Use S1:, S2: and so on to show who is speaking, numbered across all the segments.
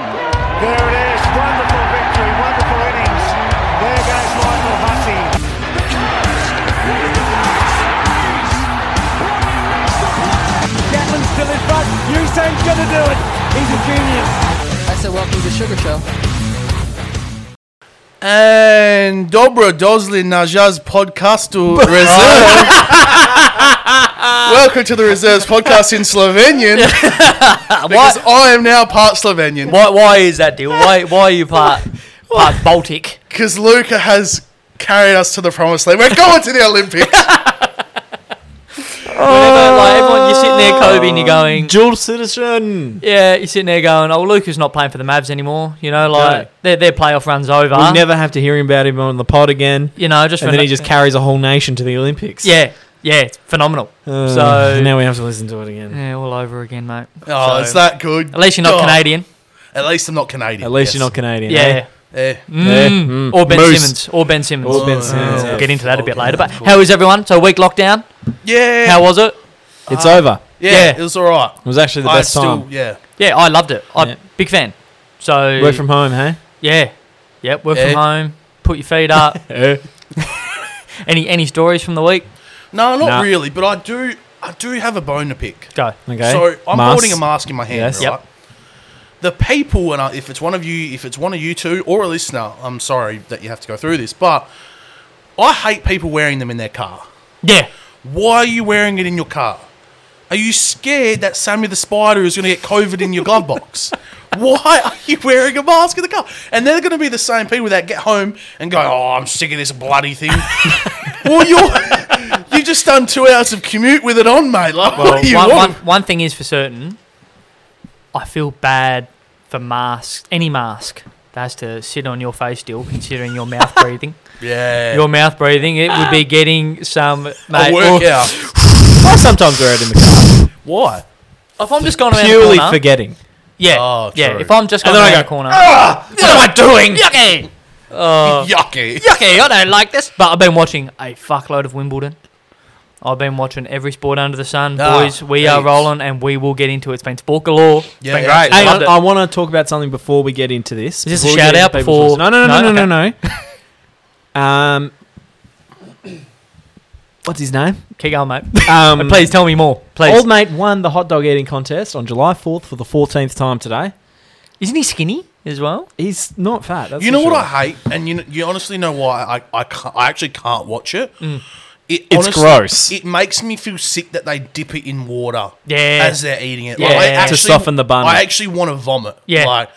S1: There it is. Wonderful victory. Wonderful innings. There goes Lionel Huttie.
S2: Gatlin still in front. Usain's going to do it. He's a genius.
S3: I said, welcome to the Sugar Show.
S4: And Dobro Dozli Najaz podcast to reserve. Welcome to the reserves podcast in Slovenian. because I am now part Slovenian.
S5: Why, why is that deal? Why, why are you part, part Baltic?
S4: Because Luca has carried us to the promised land. We're going to the Olympics.
S5: Whenever, like, everyone, you're sitting there, Kobe, and you're going,
S2: Ah. Dual citizen.
S5: yeah, you're sitting there going, oh, Luca's not playing for the Mavs anymore. You know, like, their, their playoff run's over.
S2: We'll never have to hear him about him on the pod again.
S5: you know, just
S2: And
S5: for
S2: then
S5: no-
S2: he just carries a whole nation to the Olympics.
S5: Yeah, yeah, it's phenomenal.
S2: Uh,
S5: so,
S2: now we have to listen to it again.
S5: yeah, all over again, mate.
S4: Oh,
S5: So-
S4: it's that good.
S5: At least you're not
S4: Oh,
S5: Canadian.
S4: At least I'm not Canadian.
S2: At least
S4: yes.
S2: you're not Canadian.
S5: Yeah.
S2: eh?
S4: Eh.
S2: Yeah.
S5: Mm.
S2: Mm.
S5: Or Ben
S4: Moose.
S5: Simmons. Or Ben Simmons.
S2: Or Ben Simmons,
S5: We'll
S2: yeah.
S5: get into that a bit later. But how is everyone? So, week lockdown.
S4: Yeah.
S5: How was it?
S2: It's over.
S4: yeah,
S5: yeah.
S4: It was all right.
S2: It was actually the
S4: I
S2: best
S4: still,
S2: time.
S4: yeah.
S5: Yeah, I loved it. I'm
S2: Yeah.
S5: big fan. So,
S2: Work from home, hey?
S5: Yeah. Yep. Work
S4: Yeah.
S5: from home. Put your feet up.
S2: Eh.
S5: any any stories from the week?
S4: No, not
S2: Nah.
S4: really. But I do, I do have a bone to pick.
S5: Go.
S2: Okay.
S4: So I'm
S2: Masks.
S4: holding a mask in my hand,
S2: Yes.
S4: right?
S5: Yep.
S4: The people, and I, if it's one of you, if it's one of you two or a listener, I'm sorry that you have to go through this, but I hate people wearing them in their car.
S5: Yeah.
S4: Why are you wearing it in your car? Are you scared that Sammy the Spider is going to get COVID in your glove box? Why are you wearing a mask in the car? And they're going to be the same people that get home and go, "Oh, I'm sick of this bloody thing." well, you're you just done two hours of commute with it on, mate. Like, what do you
S5: one,
S4: want?
S5: one, one thing is for certain, I feel bad for masks. Any mask that has to sit on your face still, considering your mouth breathing.
S4: yeah,
S5: Your mouth breathing, it would be getting some. Mate,
S4: a workout.
S2: I sometimes wear it in the car.
S4: Why?
S5: or if I'm just going around
S2: Purely
S5: the corner,
S2: forgetting.
S5: yeah,
S4: Oh,
S5: yeah.
S4: true.
S5: If I'm just
S2: And
S5: going
S2: then
S5: around the
S2: I go,
S5: corner,
S4: "Ah!"
S2: What am I doing?
S5: yucky,
S4: Yucky.
S5: yucky. I don't like this. But I've been watching a fuckload of Wimbledon. I've been watching every sport under the sun,
S4: Ah,
S5: boys. We are
S4: heaps.
S5: rolling, and we will get into it. It's been sport galore.
S4: Yeah,
S5: Been
S4: yeah.
S5: great.
S2: Hang
S5: Loved
S2: on,
S5: it.
S2: I want to talk about something before we get into this.
S5: Is this a
S2: Before we get
S5: shout-out
S2: into people's-
S5: before-
S2: No, no, no, no,
S5: No?
S2: no, no, no. um, what's his name?
S5: Keep going, mate.
S2: Um,
S5: Please tell me more. Please.
S2: Old mate won the hot dog eating contest on July fourth for the fourteenth time today.
S5: Isn't he skinny as well?
S2: He's not fat. That's
S4: You
S2: for
S4: know what
S2: sure.
S4: I hate, and you you honestly know why I I, can't, I actually can't watch it. It
S2: It's gross.
S4: It makes me feel sick that they dip it in water.
S5: Yeah.
S4: as they're eating it. Like,
S5: Yeah.
S4: I
S5: To
S4: actually-
S2: soften the bun.
S4: I actually want to vomit.
S5: Yeah.
S4: like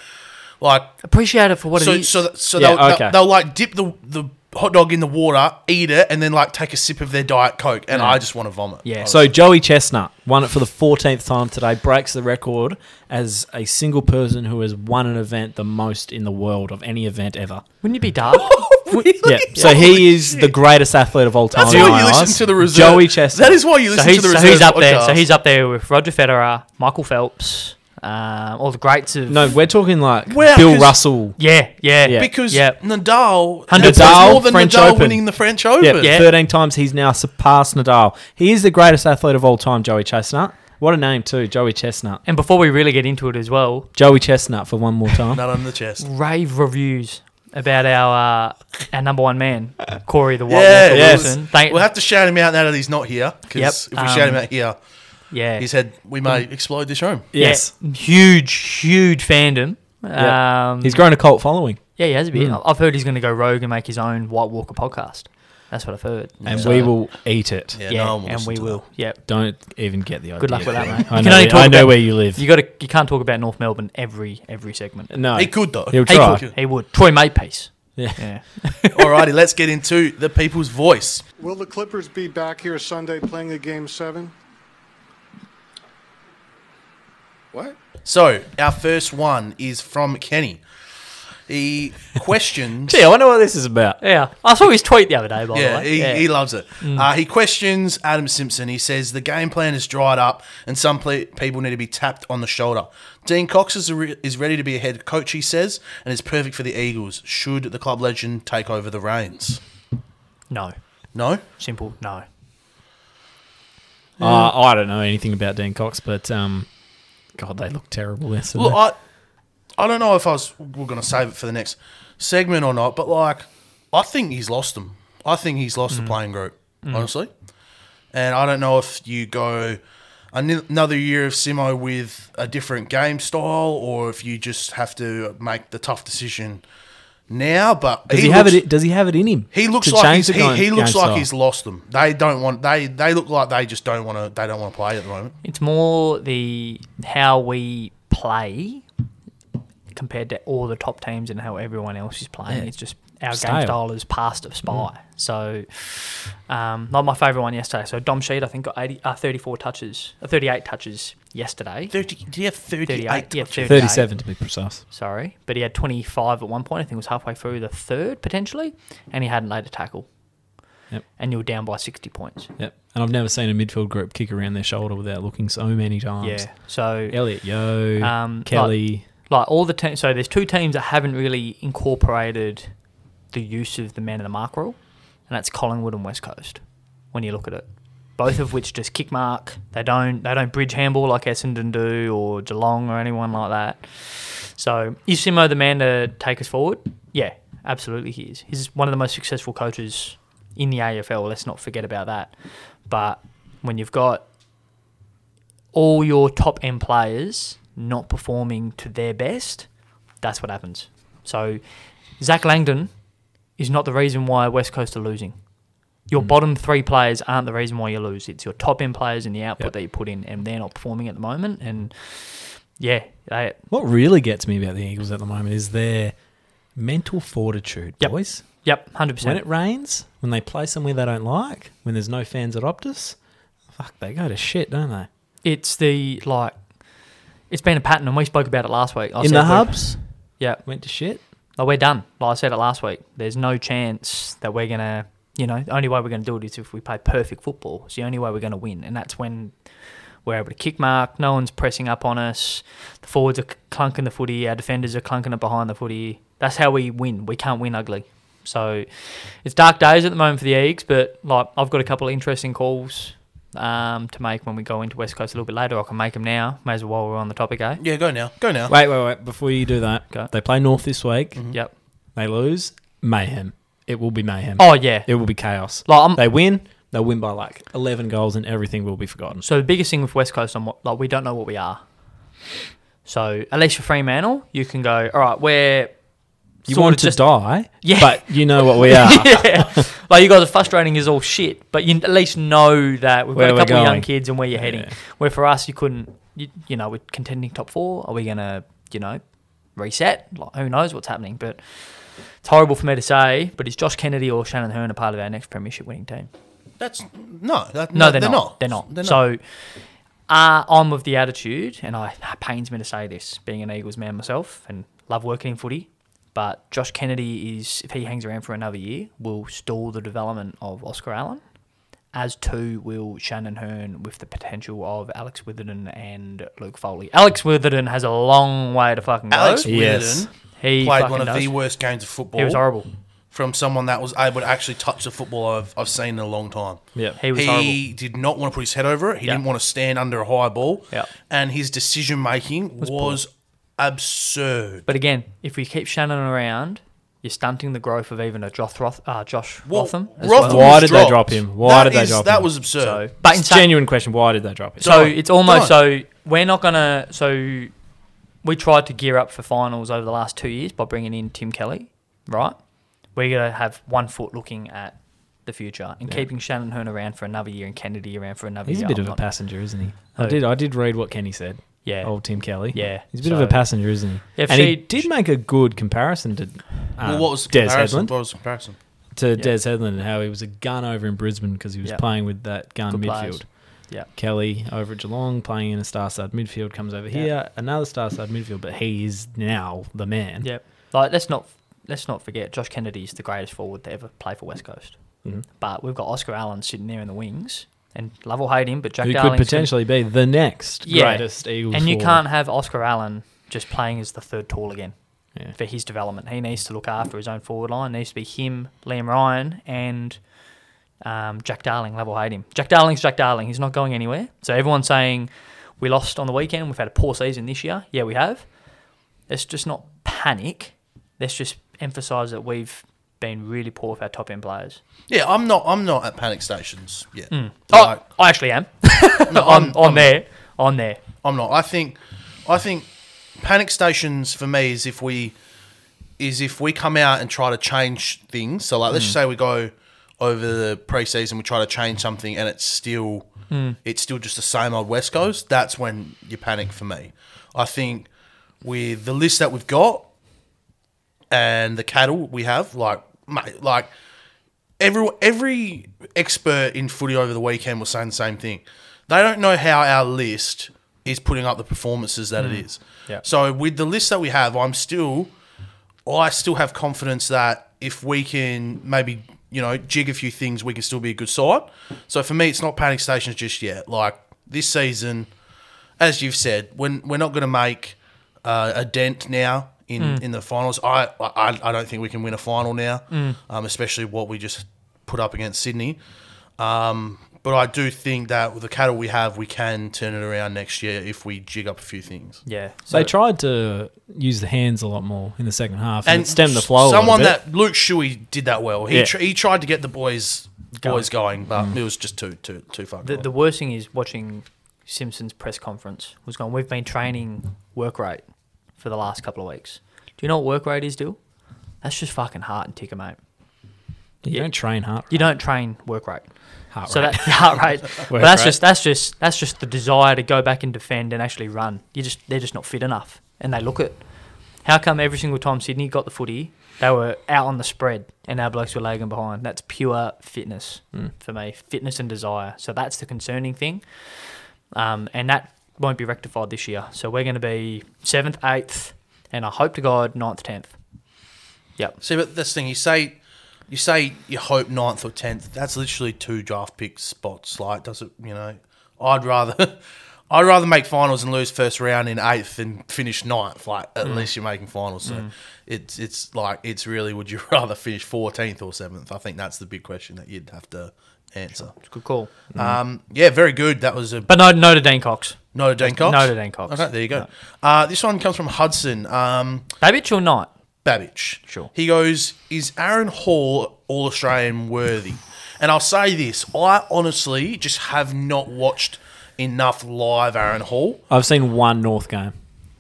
S4: like
S5: Appreciate it for what it
S4: so
S5: is.
S4: so that- so
S2: Yeah,
S4: they'll, they'll-
S2: okay.
S4: they'll, like dip the the hot dog in the water, eat it, and then like take a sip of their diet coke, and I just want to vomit.
S5: Yeah.
S2: So Joey Chestnut won it for the fourteenth time today. Breaks the record as a single person who has won an event the most in the world of any event ever.
S5: Wouldn't it be dark?
S2: Yeah. So he is the greatest athlete of all time.
S4: That's
S2: in
S4: why
S2: Oh, my
S4: you
S2: eyes.
S4: listen to the reserve.
S2: Joey Chestnut.
S4: That is why you
S5: so
S4: listen
S5: he's,
S4: to the
S5: so
S4: reserve.
S5: he's up there. So
S4: podcast.
S5: he's up there with Roger Federer, Michael Phelps, um, all the greats of.
S2: No, we're talking like
S4: Well,
S2: Bill
S4: 'cause-
S2: Russell.
S5: Yeah, yeah.
S2: Yeah.
S4: because
S5: Yeah.
S4: Nadal,
S5: Hundred-
S4: that's
S2: Nadal,
S4: more than
S2: French
S4: Nadal
S2: Open.
S4: winning the French Open.
S2: Yep,
S5: Yeah.
S2: 13 times he's now surpassed Nadal. He is the greatest athlete of all time, Joey Chestnut. What a name, too, Joey Chestnut.
S5: And before we really get into it as well,
S2: Joey Chestnut for one more time.
S4: Nut on the chest.
S5: rave reviews about our uh, our number one man, Corey the White
S4: Yeah,
S5: Walker
S4: yes.
S5: Wilson. Thank,
S4: We'll have to shout him out now that he's not here. Because
S5: Yep,
S4: if we
S5: um,
S4: shout him out here,
S5: yeah.
S4: he's had we may explode this room.
S2: yes.
S5: Yeah, huge, huge fandom.
S2: Yeah.
S5: Um,
S2: He's grown a cult following,
S5: yeah, he has a bit.
S2: Mm.
S5: I've heard he's going to go rogue and make his own White Walker podcast. That's what I've heard.
S2: and
S5: So-
S2: we will eat it.
S4: Yeah,
S5: yeah,
S4: no one will
S5: and
S4: listen
S5: we
S4: to
S5: will. Yeah,
S2: Don't even get the idea.
S5: Good luck with that,
S2: Colin.
S5: mate.
S2: I
S5: You
S2: know,
S5: can only
S2: where-
S5: talk
S2: I know
S5: about-
S2: where you live.
S5: you got to. You can't talk about North Melbourne every every segment.
S2: no.
S4: that. He could though.
S2: He'll
S5: He
S2: try.
S5: could, he would. Troy Matepeace.
S2: Yeah.
S5: yeah.
S4: Alrighty, let's get into the people's voice.
S6: Will the Clippers be back here Sunday playing a game seven?
S4: So our first one is from Kenny. He questions.
S2: Gee, I wonder what this is about.
S5: Yeah. I saw his tweet the other day. By the
S4: Yeah,
S5: way. Mm.
S4: he, he loves it. Uh, he questions Adam Simpson. He says the game plan is dried up, and some ple- people need to be tapped on the shoulder. Dean Cox is, a re- is ready to be a head coach, he says, and is perfect for the Eagles. Should the club legend take over the reins?
S5: no.
S4: No,
S5: Simple. No.
S2: Uh,
S5: uh,
S2: I don't know anything about Dan Cox, but um, God, they look terrible yesterday.
S4: Well, I I don't know if I was we're gonna save it for the next segment or not, but like I think he's lost them. I think he's lost the
S2: Mm.
S4: playing group, honestly. And I don't know if you go an- another year of Simo with a different game style or if you just have to make the tough decision now. But
S2: Does he, have it? Does he have it in him?
S4: He looks
S2: to
S4: like
S2: change
S4: he's,
S2: the
S4: he,
S2: game-
S4: he looks
S2: game
S4: like
S2: style?
S4: he's lost them. They don't want they they look like they just don't want to they don't want to play at the moment.
S5: It's more the how we play compared to all the top teams and how everyone else is playing.
S2: Yeah.
S5: It's just our
S2: Style. Mm.
S5: game style is past us by. So, um, not my favourite one yesterday. So Dom Sheed, I think, got 80, uh, 34 touches, uh, 38 touches yesterday.
S4: Thirty, do you have thirty
S5: 38, yeah, 38.
S2: Thirty-seven to be precise.
S5: Sorry, but he had 25 at one point. I think it was halfway through the third potentially, and he hadn't laid a tackle.
S2: Yep.
S5: And you were down by 60 points.
S2: Yep. And I've never seen a midfield group kick around their shoulder without looking so many times.
S5: Yeah. So
S2: Elliot, yo,
S5: Um,
S2: Kelly.
S5: like all the teams. So there's two teams that haven't really incorporated the use of the man of the mark rule, and that's Collingwood and West Coast. When you look at it, both of which just kick mark. They don't they don't bridge handball like Essendon do or Geelong or anyone like that. So is Simo the man to take us forward? Yeah, absolutely he is. He's one of the most successful coaches in the AFL. Let's not forget about that. But when you've got all your top end players not performing to their best, that's what happens. So Zach Langdon is not the reason why West Coast are losing.
S2: Hmm.
S5: Your bottom three players aren't the reason why you lose. It's your top end players and the output
S2: Yep.
S5: that you put in, and they're not performing at the moment. And yeah, they,
S2: What really gets me about the Eagles at the moment is their mental fortitude,
S5: Yep.
S2: boys.
S5: yep, hundred
S2: When
S5: percent.
S2: it rains, when they play somewhere they don't like, when there's no fans at Optus, fuck, they go to shit, don't they?
S5: It's the like, it's been a pattern, and we spoke about it last week. I
S2: In
S5: said
S2: the
S5: we-
S2: hubs,
S5: yeah.
S2: went to shit.
S5: Like we're done. Like I said it last week. There's no chance that we're gonna. You know, the only way we're gonna do it is if we play perfect football. It's the only way we're gonna win, and that's when we're able to kick mark. No one's pressing up on us. The forwards are c- clunking the footy. Our defenders are clunking it behind the footy. That's how we win. We can't win ugly. So it's dark days at the moment for the Eagles, but like I've got a couple of interesting calls um, to make when we go into West Coast a little bit later. I can make them now. May as well while we're on the topic, eh?
S4: Yeah, go now, go now.
S2: Wait, wait, wait. Before you do that,
S5: Okay. Mm-hmm.
S2: they play North this week.
S5: Yep.
S2: They lose, mayhem. It will be mayhem.
S5: Oh yeah.
S2: It will be chaos.
S5: Like I'm,
S2: They win, they'll win by like 11 goals and everything will be forgotten.
S5: So the biggest thing with West Coast, on what, like we don't know what we are. So at least for Fremantle, you can go. All right, we're
S2: You
S5: sort
S2: want
S5: of
S2: to die,
S5: Yeah.
S2: but you know what we are.
S5: yeah. like you guys are frustrating as all shit, but you at least know that we've
S2: Where
S5: got a
S2: we're
S5: couple of
S2: going.
S5: young kids and where you're heading.
S2: Yeah.
S5: Where for us, you couldn't, you, you know, we're contending top four. Are we gonna, you know, reset? Like, who knows what's happening? But it's horrible for me to say. But is Josh Kennedy or Shannon Hearn a part of our next premiership winning team?
S4: That's no, that,
S5: No, they're, not. They're not. so uh, I'm of the attitude, and I it pains me to say this, being an Eagles man myself, and love working in footy. But Josh Kennedy is, if he hangs around for another year, will stall the development of Oscar Allen, as too will Shannon Hearn, with the potential of Alex Witherden and Luke Foley. Alex Witherden has a long way to fucking go.
S4: Alex Witherden
S2: Yes.
S5: he
S4: played
S5: fucking
S4: one of
S5: does.
S4: the worst games of football.
S5: He was horrible.
S4: From someone that was able to actually touch the football I've, I've seen in a long time.
S2: Yep.
S5: He was
S4: he
S5: horrible.
S4: did not want to put his head over it. He
S5: Yeah.
S4: didn't want to stand under a high ball.
S5: Yeah.
S4: And his decision making was, absurd.
S5: But again, if we keep Shannon around, you're stunting the growth of even a Josh, Roth, uh, Josh
S4: Well,
S5: Rotham. as well.
S4: Rotham was
S2: Why did they
S4: dropped.
S2: drop him? Why
S4: That
S2: did they
S4: is-
S2: drop
S4: That
S2: him?
S4: was absurd.
S5: So, but in
S2: It's a
S5: saying
S2: genuine question. Why did they drop it?
S5: so
S4: Don't.
S5: it's almost
S4: Don't.
S5: so we're not gonna. So we tried to gear up for finals over the last two years by bringing in Tim Kelly, right? We're gonna have one foot looking at the future and keeping Shannon Hearn around for another year and Kennedy around for another
S2: He's
S5: year.
S2: a bit
S5: I'm
S2: of a
S5: not- Oh.
S2: passenger, isn't he? I
S5: Who?
S2: did. I did read what Kenny said.
S5: Yeah.
S2: Old Tim Kelly.
S5: Yeah,
S2: He's a bit of a
S5: so-
S2: passenger, isn't he?
S5: If
S2: and he
S5: she-
S2: did make a good comparison to um,
S4: well, what was the
S2: Des
S4: comparison?
S2: Headland
S4: What was the comparison?
S2: to Des Headland and how he was a gun over in Brisbane because he was
S5: Yeah.
S2: playing with that gun
S5: Good
S2: midfield.
S5: players. Yeah.
S2: Kelly over at Geelong playing in a star-side midfield comes over
S5: Yeah.
S2: here, another star-side midfield, but he is now the man.
S5: Yep. Like let's not let's not forget Josh Kennedy is the greatest forward to ever play for West Coast.
S2: Mhm.
S5: But we've got Oscar Allen sitting there in the wings, and love or hate him, but Jack
S2: Who could
S5: Darling's gonna-
S2: potentially be the next
S5: Yeah.
S2: greatest Eagles.
S5: And you
S2: forward.
S5: can't have Oscar Allen just playing as the third tall again
S2: Yeah.
S5: for his development. He needs to look after his own forward line. It needs to be him, Liam Ryan, and um, Jack Darling. Level hate him. Jack Darling's Jack Darling. He's not going anywhere. So everyone's saying we lost on the weekend. We've had a poor season this year. Yeah, we have. Let's just not panic. Let's just emphasise that we've been really poor with our top end players.
S4: Yeah, I'm not. I'm not at panic stations yet.
S5: Oh,
S4: Like,
S5: I actually am.
S4: no,
S5: I'm on there. On there.
S4: I'm not. I think, I think, panic stations for me is if we, is if we come out and try to change things. So like, let's just say we go over the preseason, we try to change something, and it's still, it's still just the same old West Coast. That's when you panic for me. I think with the list that we've got and the cattle we have, like, mate, like. Every every expert in footy over the weekend was saying the same thing. They don't know how our list is putting up the performances that it is.
S5: Yeah.
S4: So with the list that we have, I'm still, I still have confidence that if we can maybe you know jig a few things, we can still be a good side. So for me, it's not panic stations just yet. Like this season, as you've said, when we're not going to make uh, a dent now in,
S2: Hmm.
S4: in the finals. I, I I don't think we can win a final now,
S2: Hmm.
S4: um, especially what we just put up against Sydney. Um, but I do think that with the cattle we have, we can turn it around next year if we jig up a few things.
S5: Yeah.
S2: they tried to use the hands a lot more in the second half and,
S4: And
S2: stem the flow.
S4: Someone
S2: a little bit.
S4: that Luke Shuey did that well. He
S2: Yeah.
S4: tr-
S2: Hmm.
S4: he tried to get the boys boys going, but it was just too too too far.
S5: The,
S4: gone.
S5: the worst thing is watching Simpson's press conference. Was going. We've been training work rate for the last couple of weeks. Do you know what work rate is, Dill? That's just fucking heart and ticker, mate.
S2: you don't train hard.
S5: You don't train work rate.
S2: Heart
S5: so
S2: rate.
S5: that heart rate. but
S2: Work
S5: that's
S2: rate.
S5: just that's just that's just the desire to go back and defend and actually run. You just they're just not fit enough, and they look it. How come every single time Sydney got the footy, they were out on the spread and our blokes were lagging behind? That's pure fitness for me, fitness and desire. So that's the concerning thing, um, and that won't be rectified this year. So we're going to be seventh, eighth, and I hope to God ninth, tenth. Yep.
S4: See, but this thing you say, you say you hope ninth or tenth. That's literally two draft pick spots. Like, does it? You know, I'd rather, I'd rather make finals and lose first round in eighth than finish ninth. Like, at least you're making finals. So, it's it's like it's really would you rather finish fourteenth or seventh? I think that's the big question that you'd have to answer.
S5: Good call.
S4: Um, yeah, very good. That was a
S5: But no, no to Dean Cox.
S4: Notre Dame Cox.
S5: Notre Dame Cox.
S4: Okay, there you go. Uh, this one comes from Hudson. Um,
S5: Babbage or Knight?
S4: Babbage.
S5: Sure.
S4: He goes, Is Aaron Hall All Australian worthy? And I'll say this I honestly just have not watched enough live Aaron Hall.
S2: I've seen one North game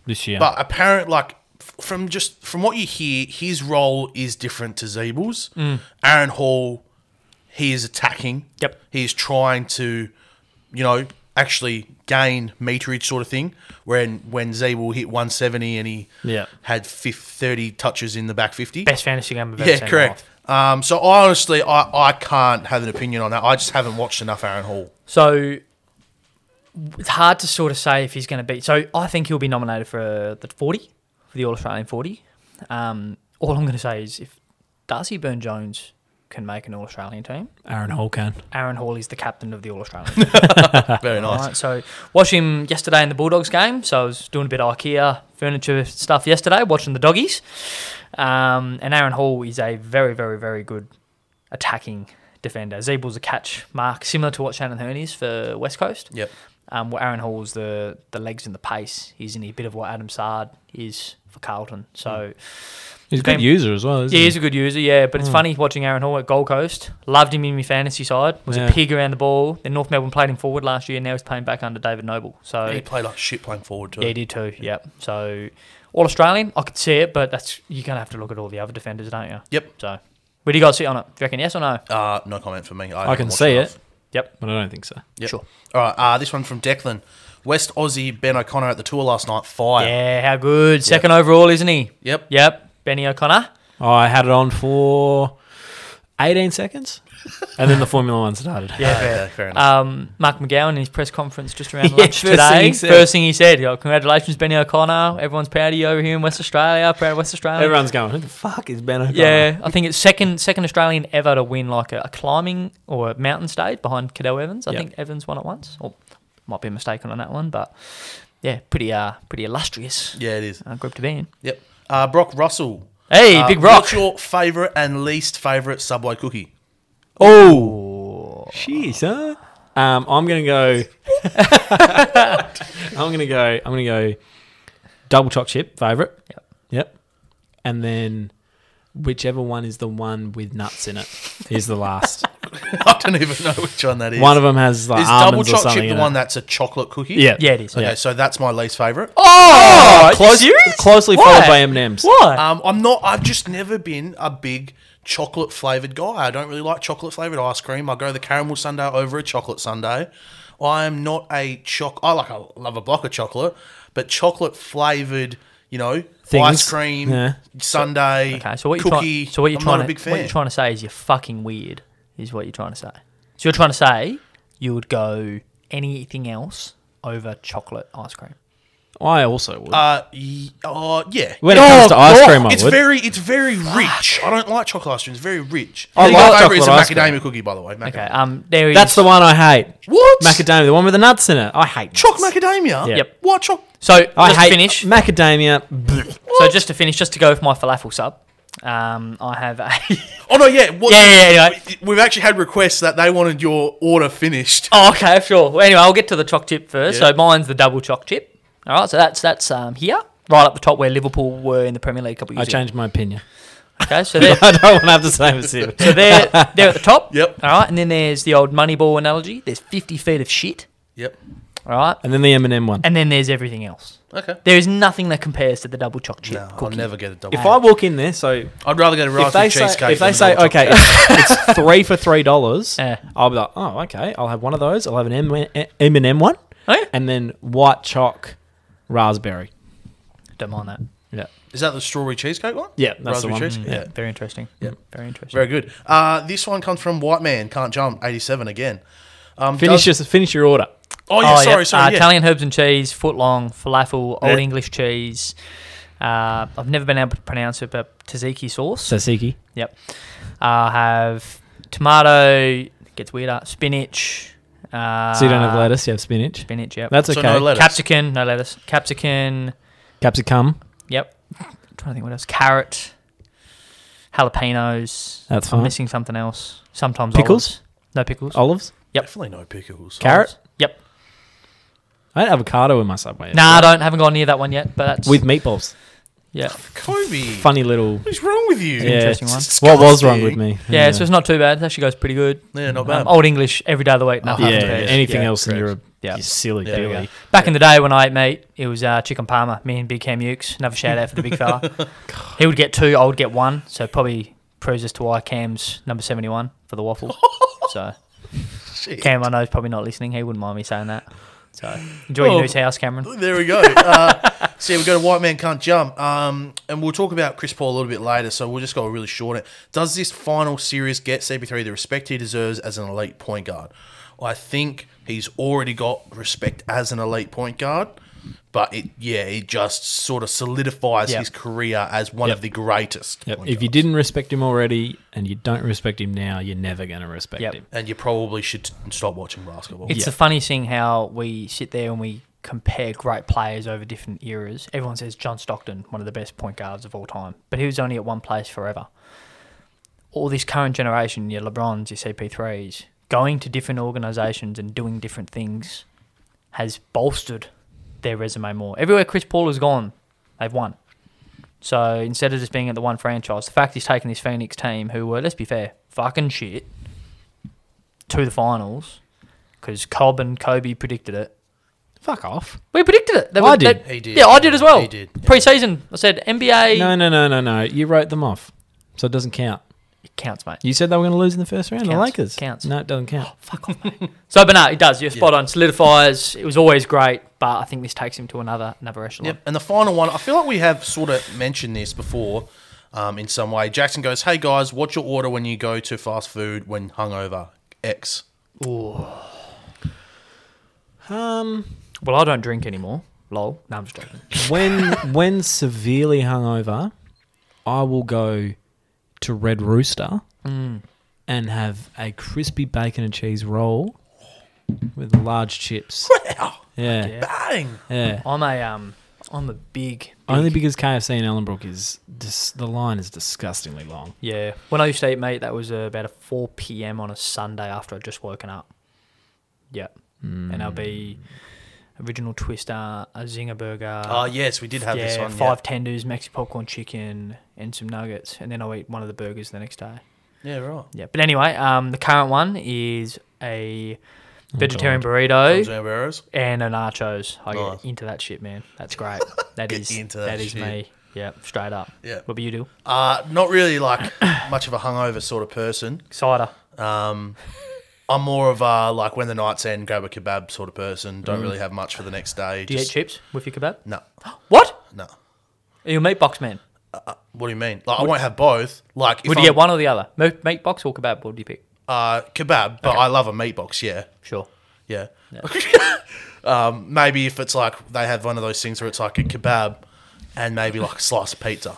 S2: this year.
S4: But apparent, like f- from just from what you hear, his role is different to Zeeble's.
S5: Mm.
S4: Aaron Hall, he is attacking.
S5: Yep.
S4: he is trying to, you know, actually gain meterage, sort of thing. When when Zeeble hit 170 and he
S2: Yeah.
S4: had fif 30 touches in the back 50.
S5: Best fantasy game I've ever seen.
S4: yeah,
S5: in my
S4: correct.
S5: life.
S4: Um, so I honestly, I, I can't have an opinion on that. I just haven't watched enough Aaron Hall.
S5: So it's hard to sort of say if he's going to be. So I think he'll be nominated for uh, the 40, for the All Australian 40. Um, all I'm going to say is if Darcy Burn Jones can make an All Australian team,
S2: Aaron Hall can.
S5: Aaron Hall is the captain of the All Australian.
S4: Very nice.
S5: Alright, so watched him yesterday in the Bulldogs game. So I was doing a bit of IKEA furniture stuff yesterday, watching the doggies. Um, and Aaron Hall is a very, very, very good attacking defender. Zeeble's a catch mark, similar to what Shannon Hearn is for West Coast.
S4: Yep.
S5: Um, where Aaron Hall's the the legs and the pace. He's in a bit of what Adam Sard is for Carlton. So.
S4: Hmm.
S2: He's a good
S5: Game-
S2: user as well. Isn't
S5: Yeah,
S2: he? Hmm.
S5: he's a good user, yeah. But it's funny watching Aaron Hall at Gold Coast. Loved him in my fantasy side. Was
S2: Yeah.
S5: a pig around the ball. Then North Melbourne played him forward last year. Now he's playing back under David Noble. So
S4: he played like shit playing forward too.
S5: yeah, he did too. Yep. So all Australian, I could see it, but that's you're gonna have to look at all the other defenders, don't you?
S4: Yep.
S5: So where do you guys sit on it? Do you reckon yes or no?
S4: Uh, no comment for me. I,
S2: I
S4: haven't
S2: can
S4: watched
S2: see
S4: enough.
S2: it,
S5: Yep.
S2: but I don't think so.
S4: Yep.
S5: Sure.
S4: All right. Uh, this one from Declan. West Aussie Ben O'Connor at the tour last night. Fire.
S5: Yeah, how good. Second overall, isn't he?
S4: Yep.
S5: Yep. Benny O'Connor.
S2: I had it on for 18 seconds, and then the Formula One started.
S5: Yeah, fair.
S4: Okay, fair enough.
S5: Um, Mark McGowan in his press conference just around
S2: Yeah,
S5: lunch
S2: first thing
S5: today.
S2: he said.
S5: first thing he said, "Oh, "Congratulations, Benny O'Connor. Everyone's proud of you over here in West Australia. Proud of West Australia."
S2: Everyone's going, who the fuck is Ben O'Connor?
S5: Yeah, I think it's second second Australian ever to win like a, a climbing or a mountain stage behind Cadell Evans. I
S2: Yep.
S5: think Evans won it once, or might be mistaken on that one, but yeah, pretty uh pretty illustrious
S4: yeah, it is.
S5: uh, group to be in.
S4: Yep. Uh, Brock Russell.
S5: Hey,
S4: Uh,
S5: Big Rock.
S4: What's your favourite and least favourite Subway cookie?
S2: Oh, jeez, huh? Um, I'm gonna go. I'm gonna go. I'm gonna go. double choc chip favorite.
S5: Yep.
S2: Yep. And then whichever one is the one with nuts in it is the last.
S4: I don't even know which one that is.
S2: one of them has like
S4: is double
S2: almonds or
S4: choc
S2: something.
S4: chip the
S2: in
S4: one
S2: it.
S4: that's a chocolate cookie.
S2: Yeah.
S5: Yeah, it is.
S4: Okay,
S5: Yeah.
S4: so that's my least favorite.
S5: Oh,
S2: Close- closely
S5: Why?
S2: followed by M&Ms.
S5: Why?
S4: Um, I'm not. I've just never been a big chocolate flavored guy. I don't really like chocolate flavored ice cream. I go the caramel sundae over a chocolate sundae. I am not a choc. I like. I love a block of chocolate, but chocolate flavored. You know,
S2: Things.
S4: ice cream,
S2: Yeah.
S4: sundae,
S5: okay, so what you
S4: cookie.
S5: trying? So what you
S4: I'm
S5: trying to
S4: not a big fan.
S5: what you trying to say is you're fucking weird. Is what you're trying to say. So you're trying to say you would go anything else over chocolate ice cream.
S2: I also would.
S4: Uh, y- uh, yeah.
S2: when it comes to ice
S5: oh, God,
S2: cream, I
S4: it's
S2: would.
S4: very, it's very rich. I don't like chocolate ice cream. It's very rich.
S2: I
S4: I
S2: like
S4: my favorite is a
S2: chocolate ice cream. uh,
S4: macadamia cookie, by the way.
S5: Okay.
S4: Macadamia.
S5: Um. There is.
S2: That's the one I hate.
S4: What?
S2: Macadamia, the one with the nuts in it. I hate nuts.
S4: Choc macadamia.
S2: Yeah.
S5: Yep.
S4: What choc?
S5: So
S2: I
S5: just
S2: hate
S5: to finish.
S2: macadamia. Blech.
S5: So just to finish, just to go with my falafel sub. Um. I have a.
S4: Oh no, yeah. What,
S5: Yeah, yeah, yeah, yeah.
S4: We, have actually had requests that they wanted your order finished.
S5: oh, okay. Sure. Well, anyway, I'll get to the choc chip first.
S4: Yeah.
S5: So mine's the double choc chip. All right. So that's that's um here. Right up the top where Liverpool were in the Premier League a couple of
S2: I
S5: years ago.
S2: changed my opinion.
S5: Okay, so they're,
S2: I don't want to have the same as him.
S5: So they're, they're at the top.
S4: Yep.
S5: All right. And then there's the old Moneyball analogy. There's 50 feet of shit.
S4: Yep.
S5: All right.
S2: And then the M&M one.
S5: And then there's everything else.
S4: Okay.
S5: There is nothing that compares to the double choc chip
S4: No, I'll
S5: cookie.
S4: never get a double.
S2: If I walk in there, so
S4: I'd rather get a rice
S2: if they
S4: and
S2: say,
S4: cheesecake.
S2: if they
S4: than
S2: say
S4: double
S2: okay, it's, it's three for three dollars,
S5: Yeah.
S2: I'll be like, oh, okay, I'll have one of those. I'll have an M and M one,
S5: Oh, yeah.
S2: and then white chalk raspberry.
S5: Don't mind that.
S2: Yeah,
S4: chocolate. Is that the strawberry cheesecake one?
S2: yeah, that's the
S4: Raspberry
S2: one.
S4: cheesecake?
S2: Yeah.
S4: Yeah.
S5: Very interesting. Yeah. Very interesting.
S4: Very good. Uh, this one comes from White Man Can't Jump eighty seven again. Um,
S2: Finish
S4: does-
S2: your finish your order.
S4: Oh yeah,
S5: Oh,
S4: sorry,
S5: yeah.
S4: sorry.
S5: Uh,
S4: yeah.
S5: Italian herbs and cheese, foot long, falafel,
S4: Yeah.
S5: old English cheese. Uh, I've never been able to pronounce it, but tzatziki sauce.
S2: Tzatziki.
S5: Yep. I'll have tomato, gets weirder, spinach. Uh,
S2: So you don't have lettuce, you have spinach.
S5: Spinach, yep.
S2: That's okay.
S4: So no lettuce.
S5: Capsicum, no lettuce. Capsicum,
S2: Capsicum.
S5: yep. I'm trying to think what else. Carrot, jalapenos.
S2: That's
S5: I'm
S2: fine.
S5: missing something else. Sometimes
S2: Uh-huh. Pickles?
S5: olives. No pickles.
S2: Olives.
S4: Definitely no pickles.
S2: Carrot.
S5: Yep.
S2: I had avocado in my subway.
S5: Nah, I don't. Haven't gone near that one yet. But that's
S2: With meatballs.
S5: yeah,
S4: Kobe.
S2: Funny little.
S4: What's wrong with you?
S2: Yeah.
S5: interesting one.
S4: It's
S2: What was wrong
S4: disgusting.
S2: with me?
S5: yeah. So it's not too bad. It actually goes pretty good.
S4: Yeah, not bad.
S5: Um, old English every day of the week.
S4: Oh,
S5: Nothing
S2: Yeah,
S4: yeah,
S5: compares.
S2: Anything
S5: Yeah,
S2: else in
S5: correct.
S2: Europe?
S5: Yeah.
S2: You silly
S4: Yeah,
S2: billy.
S4: yeah.
S5: Back in the day when I ate meat, it was uh, chicken parma. Me and Big Cam Ukes. Another shout out for the big fella. he would get two, I would get one. So probably proves as to why Cam's number seventy-one for the waffle. so Cam, I know is probably not listening. He wouldn't mind me saying that. So enjoy
S4: Oh.
S5: your new house, Cameron.
S4: There we go. Uh, so yeah, we go to White Man Can't Jump. Um, and we'll talk about Chris Paul a little bit later, so we'll just go really short. It Does this final series get CP3 the respect he deserves as an elite point guard? I think he's already got respect as an elite point guard, but it yeah, it just sort of solidifies
S5: Yeah.
S4: his career as one of the greatest.
S5: Oh
S2: Yep.
S4: point
S2: If you
S4: guards.
S2: didn't respect him already and you don't respect him now, you're never going to respect
S5: Yep.
S2: him.
S4: and you probably should stop watching basketball.
S5: It's the funny thing how we sit there and we compare great players over different eras. Everyone says John Stockton, one of the best point guards of all time, but he was only at one place forever. All this current generation, your LeBrons, your CP3s, going to different organisations and doing different things has bolstered their resume more. Everywhere Chris Paul has gone, they've won. So instead of just being at the one franchise, the fact he's taken this Phoenix team, who were, let's be fair, fucking shit, to the finals because Cobb and Kobe predicted it.
S2: Fuck off.
S5: We predicted it. They
S2: I
S5: were-
S2: did.
S5: they-
S4: He did.
S5: Yeah, I did as well.
S4: He did, yeah.
S5: Preseason, I said NBA.
S2: No, no, no, no, no. You wrote them off. So it doesn't count.
S5: It counts, mate.
S2: You said they were going to lose in the first round. The
S5: Counts.
S2: Lakers.
S5: Counts.
S2: No, it doesn't count.
S5: So, but no, it does. You're spot on. Solidifies. It was always great, but I think this takes him to another another echelon.
S4: Yep. And the final one, I feel like we have sort of mentioned this before um, in some way. Jackson goes, Hey guys, what's your order when you go to fast food when hungover? X.
S2: Um,
S5: Well, I don't drink anymore. Lol. No, I'm just joking.
S2: when when severely hungover, I will go to Red Rooster and have a crispy bacon and cheese roll with large chips.
S4: Wow.
S2: Yeah,
S5: Yeah.
S4: Bang.
S2: yeah.
S5: I'm a um, I'm a big.
S2: Only because KFC in Ellenbrook is dis- the line is disgustingly long.
S5: Yeah. When I used to eat meat, that was uh, about a 4 p.m. on a Sunday after I'd just woken up. Yep. And I'll be original twister, a zinger burger.
S4: Mm. Oh, yes, we did have
S5: yeah,
S4: this one.
S5: five tenders, maxi popcorn chicken, and some nuggets, and then I'll eat one of the burgers the next day.
S4: Yeah, yeah right.
S5: Yeah, but anyway, um, the current one is a vegetarian burrito
S4: Jam arrows.
S5: and a nachos. I
S4: Nice.
S5: get into that shit, man. That's great. That
S4: Get
S5: is
S4: into that
S5: that is
S4: shit.
S5: me. Yeah, straight up.
S4: Yeah.
S5: What do you do?
S4: Uh, not really like much of a hungover sort of person.
S5: Cider.
S4: Um, I'm more of a like when the night's end, grab a kebab sort of person. Don't really have much for the next day.
S5: Do you eat chips with your kebab?
S4: No,
S5: What?
S4: no.
S5: Are you a meat box man?
S4: What do you mean? Like I won't have both. Like if
S5: Would
S4: I'm,
S5: you get one or the other? Mo- Meat box or kebab? What do you pick?
S4: Uh, kebab, but I love a meat box. Yeah,
S5: Sure.
S4: yeah. um, maybe if it's like they have one of those things where it's like a kebab and maybe like a slice of pizza.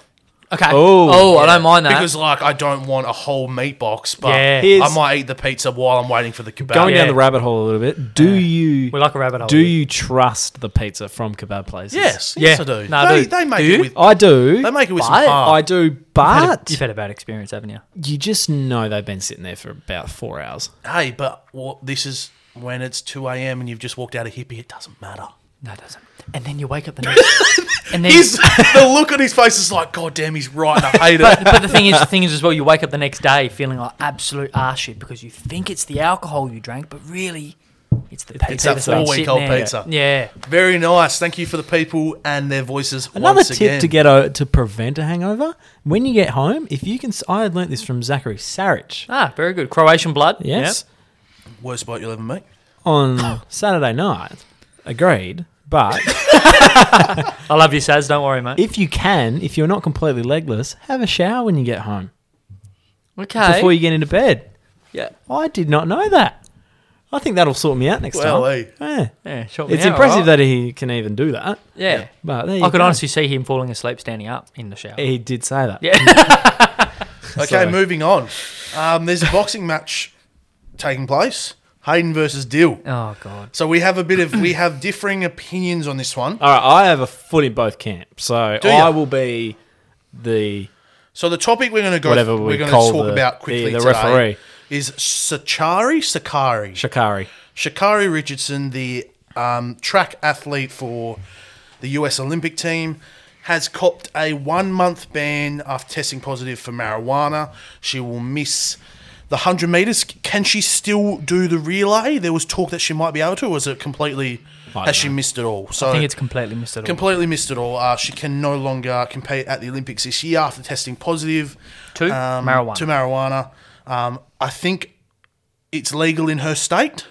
S5: Okay. Oh, I don't mind that.
S4: Because like I don't want a whole meat box, but
S5: Yeah.
S2: Here's-
S4: I might eat the pizza while I'm waiting for the kebab.
S2: Going
S5: Yeah.
S2: down the rabbit hole a little bit, do you
S5: we like a rabbit hole.
S2: do you trust the pizza from kebab places?
S4: Yes,
S5: Yeah.
S4: yes I do.
S5: No, I
S4: they,
S5: do.
S4: they make
S5: Do
S4: it
S5: you?
S4: with
S2: I do.
S4: they make it with some
S5: But
S4: heart.
S2: I do,
S5: You've had a-
S2: but
S5: you've had a bad experience, haven't you?
S2: you just know they've been sitting there for about four hours.
S4: hey, but wha- this is when it's 2 a.m. and you've just walked out of hippie. It doesn't matter.
S5: No, it doesn't. And then you wake up the next. and then,
S4: He's, the look on his face is like, God damn, he's right. and I hate it.
S5: but the thing is, the thing is as well, you wake up the next day feeling like absolute arse shit because you think it's the alcohol you drank, but really, it's the pizza.
S4: It's that
S5: that's been
S4: four-week
S5: sitting
S4: old
S5: there.
S4: pizza.
S5: Yeah.
S4: Very nice. Thank you for the people and their voices.
S2: Another
S4: once
S2: tip
S4: again.
S2: to get o- to prevent a hangover: when you get home, if you can, s- I learnt this from Zachary Saric.
S5: Ah, very good. Croatian blood.
S2: Yes,
S4: worst bite you'll ever make.
S2: on Saturday night. Agreed. But
S5: Yep. I love you, Saz. Don't worry, mate.
S2: if you can, if you're not completely legless, have a shower when you get home
S5: Okay.
S2: before you get into bed.
S5: yeah.
S2: I did not know that. I think that'll sort me out next
S4: Well,
S2: time.
S4: hey.
S2: Yeah.
S5: Yeah. Shot me
S2: It's
S5: out,
S2: impressive
S5: right?
S2: that he can even do that.
S5: Yeah.
S2: But Eh. there you
S5: I could
S2: go.
S5: honestly see him falling asleep standing up in the shower.
S2: He did say that.
S5: Yeah.
S4: Okay, moving on. Um, there's a boxing match taking place. Hayden versus Dill.
S5: Oh god.
S4: So we have a bit of we have differing opinions on this one.
S2: All right, I have a foot in both camps, so
S4: Do ya?
S2: I will be the
S4: So the topic we're going to go
S2: Whatever we
S4: we're going to
S2: call
S4: talk
S2: the-
S4: about quickly
S2: the- the
S4: today
S2: referee.
S4: is Sachari Sakari.
S2: Shikari.
S4: Shakari Richardson, the um, track athlete for the US Olympic team, has copped a one month ban after testing positive for marijuana. She will miss the 100 metres. Can she still do the relay? There was talk that she might be able to, or is it completely.
S2: don't
S4: Has she
S2: know.
S4: missed it all? So
S5: I think it's completely missed it all.
S4: completely missed it all. Uh, she can no longer compete at the Olympics this year after testing positive um,
S5: To marijuana.
S4: To marijuana. Um, I think it's legal in her state.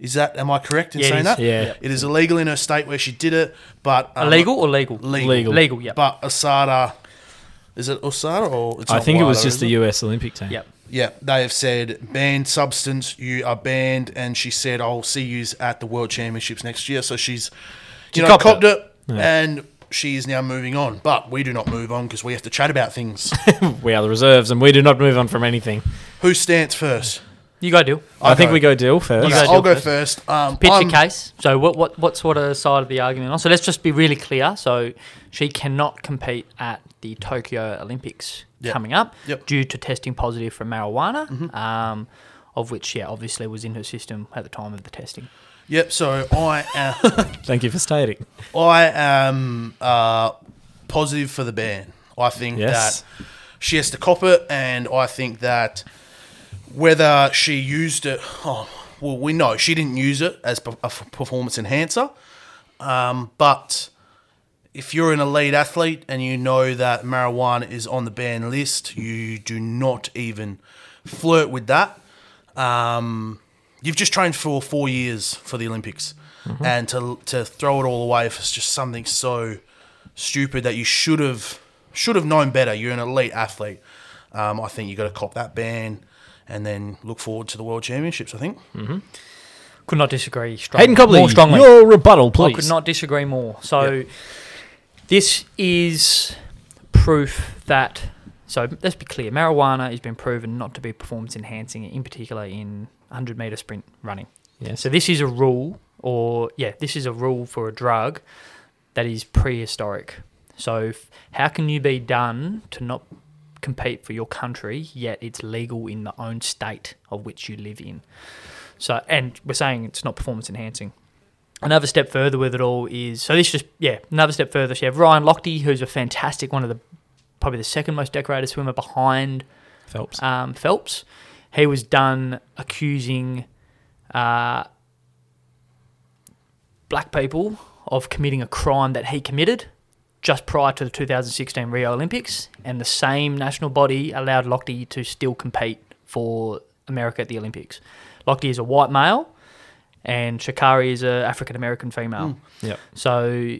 S4: Is that am I correct in
S5: Yeah, it
S4: saying
S5: is.
S4: that?
S2: Yeah.
S4: it is illegal in her state where she did it, but um,
S5: Illegal or legal?
S4: legal,
S2: Legal.
S5: Legal. Yep.
S4: But Asada, is it Osada or? It's
S2: I
S4: not
S2: think it was
S4: Wada,
S2: just
S4: is
S2: the
S4: it?
S2: US Olympic team.
S5: yep.
S4: Yeah, they have said banned substance. You are banned, and she said, "I'll see you at the World Championships next year." So she's, you know,
S2: copped
S4: copped, it, and she is now moving on. But we do not move on because we have to chat about things.
S2: We are the reserves, and we do not move on from anything.
S4: Who stands first?
S5: You go do.
S2: I, think
S4: go.
S2: we go deal first.
S4: Okay,
S5: guys
S4: I'll
S5: go
S4: go first. Um,
S5: Pitch
S4: I'm-
S5: your case. So what what what sort of side of the argument on? So let's just be really clear. So she cannot compete at the Tokyo Olympics
S4: Yep.
S5: coming up
S4: Yep. Mm-hmm.
S5: due to testing positive for marijuana, um, of which yeah obviously was in her system at the time of the testing.
S4: Yep. So I am,
S2: Thank you for stating.
S4: I am uh, positive for the ban. I think
S2: Yes.
S4: that she has to cop it, and I think that whether she used it, oh, well, we know she didn't use it as per- a f- performance enhancer. Um, but if you're an elite athlete and you know that marijuana is on the ban list, you do not even flirt with that. Um, you've just trained for four years for the Olympics, and to to throw it all away for just something so stupid that you should have should have known better. You're an elite athlete. Um, I think you got to cop that ban, and then look forward to the World Championships. I think.
S5: Could not disagree. Strongly.
S2: Hayden Cobley,
S5: more strongly.
S2: your rebuttal, please.
S5: I could not disagree more. So this is proof that. So let's be clear: marijuana has been proven not to be performance enhancing, in particular in 100 meter sprint running.
S2: Yes.
S5: So this is a rule, or yeah, this is a rule for a drug that is prehistoric. So f- how can you be done to not compete for your country yet it's legal in the own state of which you live in? So and we're saying it's not performance enhancing. another step further with it all is so this just yeah another step further. So you have Ryan Lochte, who's a fantastic one of the probably the second most decorated swimmer behind
S2: Phelps.
S5: um, Phelps. He was done accusing uh, black people of committing a crime that he committed just prior to the 2016 Rio Olympics, and the same national body allowed Lochte to still compete for America at the Olympics. Lochte is a white male, and Shakari is a African American female.
S2: Yep.
S5: So.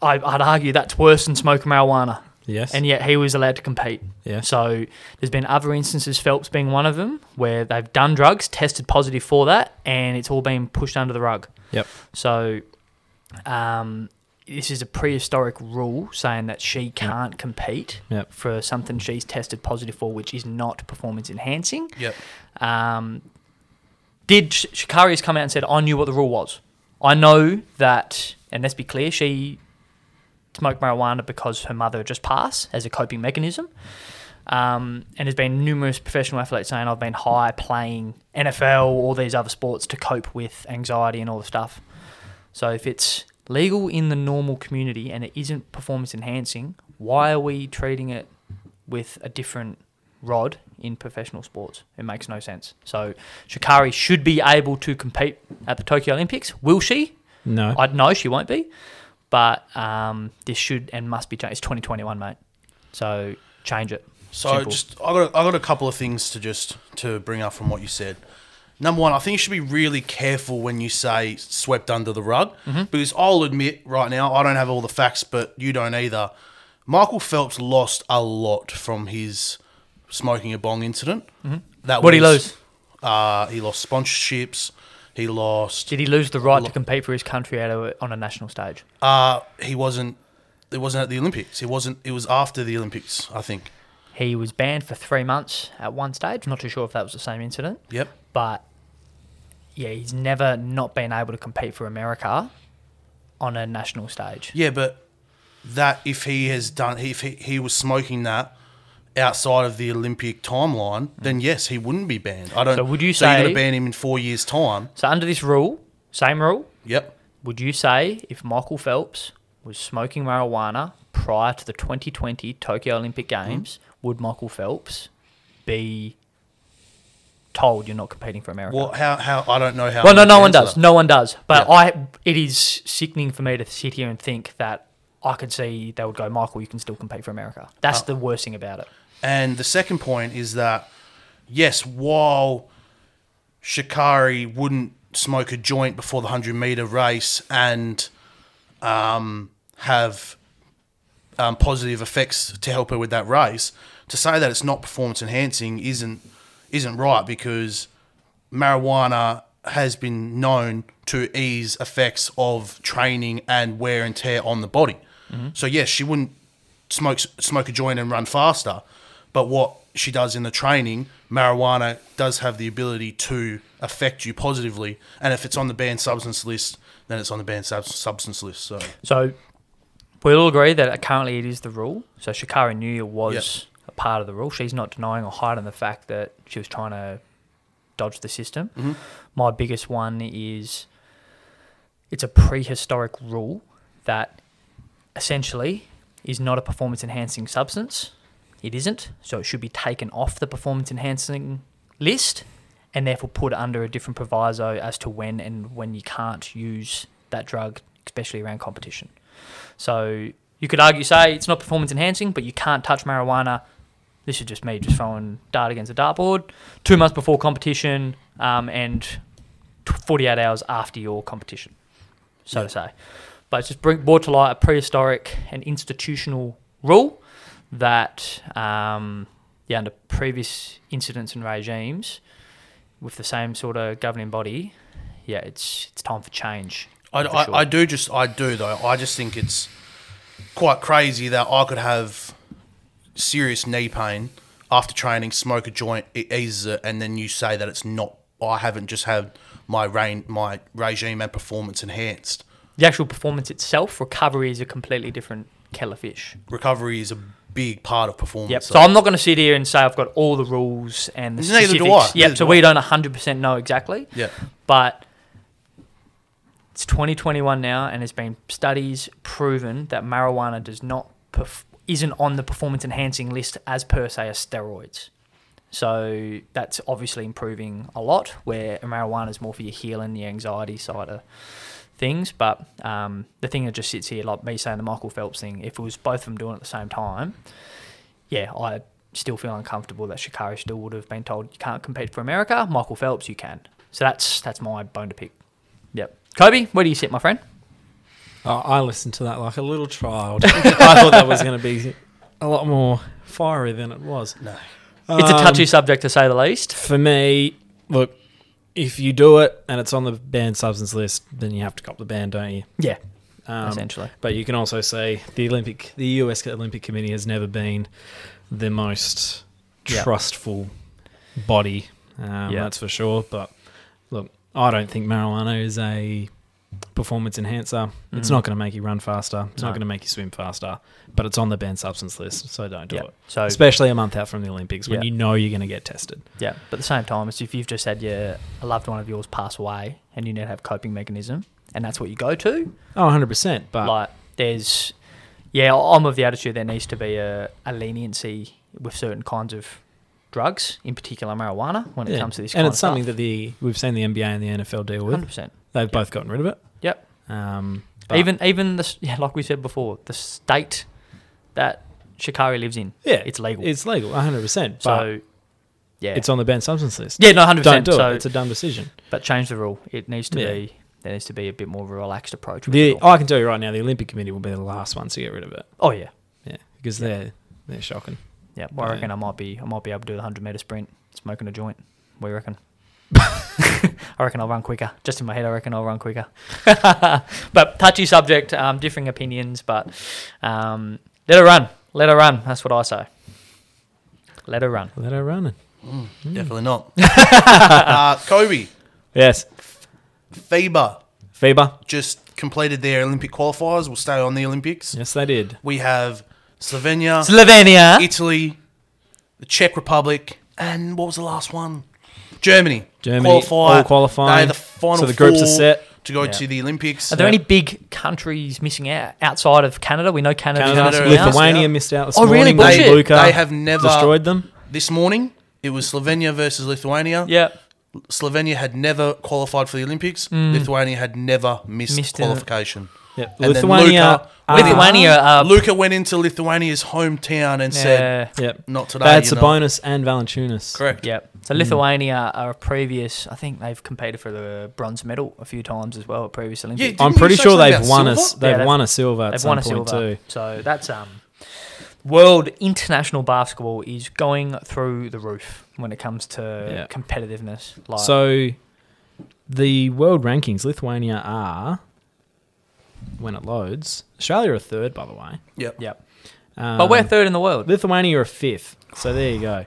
S5: I, I'd argue that's worse than smoking marijuana.
S2: Yes.
S5: And yet he was allowed to compete.
S2: Yeah.
S5: So there's been other instances, Phelps being one of them, where they've done drugs, tested positive for that, and it's all been pushed under the rug.
S2: Yep.
S5: So um, this is a prehistoric rule saying that she can't compete
S2: Yep.
S5: for something she's tested positive for, which is not performance enhancing.
S4: Yep.
S5: Um, did Sh- Shikari has come out and said, I knew what the rule was. I know that, and let's be clear, she smoked marijuana because her mother had just passed as a coping mechanism. Um, and there's been numerous professional athletes saying, I've been high playing NFL, all these other sports to cope with anxiety and all the stuff. So if it's legal in the normal community and it isn't performance enhancing, why are we treating it with a different rod in professional sports? It makes no sense. So Shikari should be able to compete at the Tokyo Olympics. Will she?
S2: No.
S5: I'd know she won't be, but um, this should and must be changed. It's 2021, mate. So change it.
S4: So
S5: Simple.
S4: just I got a, I got a couple of things to just to bring up from what you said. Number one, I think you should be really careful when you say swept under the rug
S5: Mm-hmm.
S4: because I'll admit right now I don't have all the facts, but you don't either. Michael Phelps lost a lot from his smoking a bong incident. That
S5: Mm-hmm. What'd he
S4: was-
S5: lose?
S4: Uh, he lost sponsorships. He lost.
S5: Did he lose the right to compete for his country at a, on a national stage?
S4: Uh, he wasn't. It wasn't at the Olympics. It wasn't. It was after the Olympics, I think.
S5: He was banned for three months at one stage. Not too sure if that was the same incident.
S4: Yep.
S5: But yeah, he's never not been able to compete for America on a national stage.
S4: Yeah, but that if he has done, if he, he was smoking that outside of the Olympic timeline, then yes, he wouldn't be banned. I don't.
S5: Mm. So would you
S4: you're
S5: say-
S4: going to ban him in four years' time?
S5: So under this rule, same rule,
S4: Yep.
S5: would you say if Michael Phelps was smoking marijuana prior to the 2020 Tokyo Olympic
S4: Hmm?
S5: Games, would Michael Phelps be told you're not competing for America?
S4: Well, how how I don't know how.
S5: Well, no,
S4: I'm
S5: no
S4: gonna
S5: one
S4: answer
S5: does.
S4: that.
S5: No one does. But
S4: Yeah.
S5: I, it is sickening for me to sit here and think that I could see they would go, Michael, you can still compete for America.
S4: Uh,
S5: That's the worst thing about it.
S4: And the second point is that yes, while Shikari wouldn't smoke a joint before the hundred meter race and um, have um, positive effects to help her with that race, to say that it's not performance enhancing isn't isn't right because marijuana has been known to ease effects of training and wear and tear on the body. So yes, she wouldn't smoke smoke a joint and run faster, but what she does in the training, marijuana does have the ability to affect you positively. And if it's on the banned substance list, then it's on the banned sub- substance list. So
S5: So we'll all agree that currently it is the rule. So Shakira knew it was a part of the rule. She's not denying or hiding the fact that she was trying to dodge the system. My biggest one is it's a prehistoric rule that essentially is not a performance enhancing substance. It isn't. So it should be taken off the performance enhancing list and therefore put under a different proviso as to when and when you can't use that drug, especially around competition. So you could argue, say it's not performance enhancing, but you can't touch marijuana. This is just me just throwing dart against a dartboard. Two months before competition um, and t- 48 hours after your competition, so to say. But it's just bring, brought to light a prehistoric and institutional rule that, um, yeah, under previous incidents and regimes with the same sort of governing body, yeah, it's it's time for change.
S4: I,
S5: for
S4: I,
S5: sure.
S4: I do just I do though. I just think it's quite crazy that I could have serious knee pain after training, smoke a joint, it eases it, and then you say that it's not. I haven't just had my rein, my regime and performance enhanced.
S5: the actual performance itself, recovery is a completely different kettle of fish.
S4: Recovery is a big part of performance.
S5: So, I'm not going to sit here and say I've got all the rules and the
S4: Neither do
S5: specifics.
S4: I. Neither
S5: Yep. So
S4: do I.
S5: we don't 100% know exactly.
S4: Yeah.
S5: But It's 2021 now, and there's been studies proven that marijuana does not perf- isn't on the performance enhancing list as per se as steroids. So that's obviously improving a lot. Where marijuana is more for your healing, the anxiety side of things. But um, the thing that just sits here, like me saying the Michael Phelps thing, if it was both of them doing it at the same time, yeah, I still feel uncomfortable that Shikari still would have been told you can't compete for America. Michael Phelps, you can. So that's that's my bone to pick. Yep. Kobe, where do you sit, my friend?
S2: Oh, I listened to that like a little child. I thought that was going to be a lot more fiery than it was. No.
S5: It's a
S2: Um,
S5: touchy subject to say the least.
S2: For me, look, if you do it and it's on the banned substance list, then you have to cop the ban, don't you?
S5: Yeah.
S2: Um,
S5: Essentially.
S2: But you can also say the Olympic, the US Olympic Committee has never been the most
S5: Yeah.
S2: trustful body. Um,
S5: Yeah.
S2: That's for sure. But look, I don't think marijuana is a performance enhancer. It's not going to make you run faster. It's
S5: Mm. No.
S2: not going to make you swim faster. But it's on the banned substance list, so don't do
S5: Yeah.
S2: it.
S5: So
S2: Especially a month out from the Olympics when
S5: Yeah.
S2: you know you're going to get tested.
S5: yeah. But at the same time, it's if you've just had your a loved one of yours pass away and you need to have coping mechanism and that's what you go to,
S2: Oh, 100%. But
S5: like there's yeah i'm of the attitude there needs to be a, a leniency with certain kinds of drugs in particular marijuana when it
S2: Yeah.
S5: comes to this
S2: and
S5: kind
S2: it's
S5: of
S2: something that the we've seen the NBA and the NFL deal with.
S5: stuff. 100%
S2: They've both gotten rid of it.
S5: yep
S2: Um, but-
S5: even even the s- yeah like we said before the state that shikari lives in
S2: yeah,
S5: it's legal
S2: It's legal, one hundred percent. But
S5: so yeah
S2: it's on the banned substance list.
S5: yeah no 100%
S2: don't do
S5: so
S2: it. It's a dumb decision.
S5: but change the rule it needs to
S2: Yeah.
S5: be there needs to be a bit more of a relaxed approach with
S2: The
S5: it all.
S2: I can tell you right now, the Olympic Committee will be the last ones to get rid of it.
S5: oh yeah
S2: Yeah, because they're they're shocking.
S5: yeah well, i
S2: Yeah.
S5: reckon i might be i might be able to do the 100 meter sprint smoking a joint what do you reckon I reckon I'll run quicker. Just in my head, I reckon I'll run quicker. but touchy subject, um, differing opinions, but um, let her run. Let her run. That's what I say. Let her run.
S2: Let her run. it.
S5: Hmm.
S4: Definitely not. uh, Kobe,
S2: Yes,
S4: FIBA
S2: FIBA.
S4: just completed their Olympic qualifiers. Will stay on the Olympics.
S2: Yes, they did.
S4: We have Slovenia,
S5: Slovenia.
S4: Italy, the Czech Republic, and what was the last one? Germany.
S2: Germany,
S4: Qualify.
S2: all qualifying.
S4: They're the final
S2: So the groups are
S4: four
S2: set.
S4: to go
S5: Yeah.
S4: to the Olympics.
S5: Are there any big countries missing out outside of Canada? We know Canada's
S2: Canada,
S4: Canada
S5: missing out.
S4: Lithuania.
S2: Lithuania missed out. This
S5: Oh, really?
S2: morning.
S5: Bullshit. They-
S2: Luka
S4: they have never-
S2: destroyed them.
S4: This morning, it was Slovenia versus Lithuania.
S5: Yeah.
S4: Slovenia had never qualified for the Olympics. Lithuania had never missed,
S5: Missed it.
S4: qualification.
S2: Yep.
S4: And then
S2: Lithuania.
S4: Luka
S2: are-
S4: winning.
S5: Lithuania. Uh,
S4: Luca went into Lithuania's hometown and said,
S5: yeah.
S2: Yep.
S4: "Not today."
S2: That's
S4: you
S2: a
S4: know.
S2: bonus and Valanciunas.
S4: Correct.
S5: Yep. So
S2: Hmm.
S5: Lithuania are a previous. I think they've competed for the bronze medal a few times as well at previous Olympics.
S4: didn't
S2: I'm
S4: you
S2: pretty
S4: say
S2: sure
S4: something
S2: they've
S4: about
S2: won
S4: silver?
S2: us. They've
S5: Yeah, they've-
S2: won a silver at
S5: They've
S2: some
S5: won a
S2: point
S5: silver.
S2: too.
S5: So that's um world international basketball is going through the roof when it comes to
S2: Yeah.
S5: competitiveness. Like
S2: So the world rankings, Lithuania are when it loads. Australia are third, by the way.
S4: Yep.
S5: Yep.
S2: Um,
S5: But we're third in the world.
S2: Lithuania are fifth. So there you go.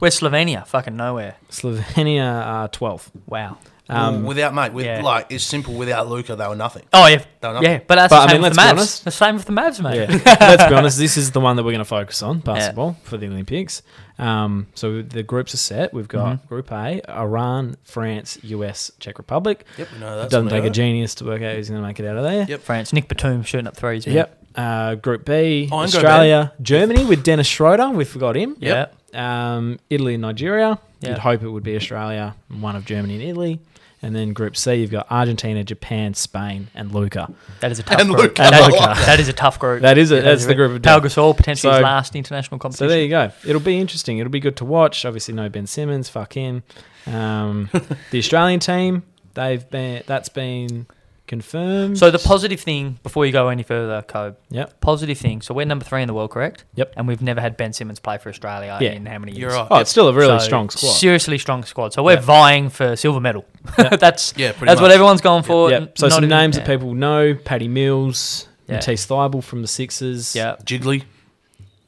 S5: We're Slovenia, fucking nowhere.
S2: Slovenia are twelfth.
S5: Wow.
S2: Um,
S4: without mate, Mm, with
S5: yeah.
S4: like it's simple. Without Luca, they were nothing.
S5: Oh yeah.
S4: Don't know.
S5: Yeah, but that's the
S2: But, I
S5: same
S2: mean,
S5: with the
S2: let's be
S5: Mavs.
S2: honest.
S5: The same with the Mavs, mate.
S2: yeah. Let's be honest. This is the one that we're going to focus on basketball for the Olympics. Um, so the groups are set. We've got Group A: Iran, France, US, Czech Republic.
S4: Yep, we know that's
S2: Doesn't
S4: where
S2: take
S4: they
S2: a
S4: are.
S2: genius to work out who's going to make it out of there.
S4: Yep.
S5: France. Nick Batum shooting up threes. man.
S2: Yep. Uh, group B,
S4: Oh, and go
S2: Australia, Germany with Dennis Schroeder. We forgot him.
S5: Yep.
S2: Um, Italy and Nigeria.
S5: Yeah.
S2: You'd hope it would be Australia, and one of Germany and Italy. And then Group C, you've got Argentina, Japan, Spain, and Luca.
S5: That is a tough
S4: And
S5: group.
S4: Luka.
S5: That-
S2: And Luka.
S5: that is a tough group.
S2: That is it.
S5: Yeah,
S2: That's the group of
S5: Pau
S2: death.
S5: Gasol potentially his
S2: So-
S5: last international competition.
S2: So there you go. It'll be interesting. It'll be good to watch. Obviously, no Ben Simmons. Fuck him. Um, the Australian team, they've been that's been confirmed.
S5: So the positive thing before you go any further, Cobe.
S2: Yep.
S5: Positive thing. So we're number three in the world, correct?
S2: Yep.
S5: And we've never had Ben Simmons play for Australia
S2: Yeah.
S5: in how many years?
S4: You're right.
S2: oh, it's still a really
S5: So,
S2: strong squad.
S5: Seriously strong squad. So we're vying for silver medal. that's
S4: Yeah, pretty
S5: that's what
S4: much.
S5: everyone's going for.
S2: Yep. So
S5: Not
S2: some
S5: even-
S2: names
S5: yeah.
S2: that people know: Paddy Mills,
S5: Yeah.
S2: Matisse Thibel from the Sixers,
S5: Yeah.
S4: Jiggly.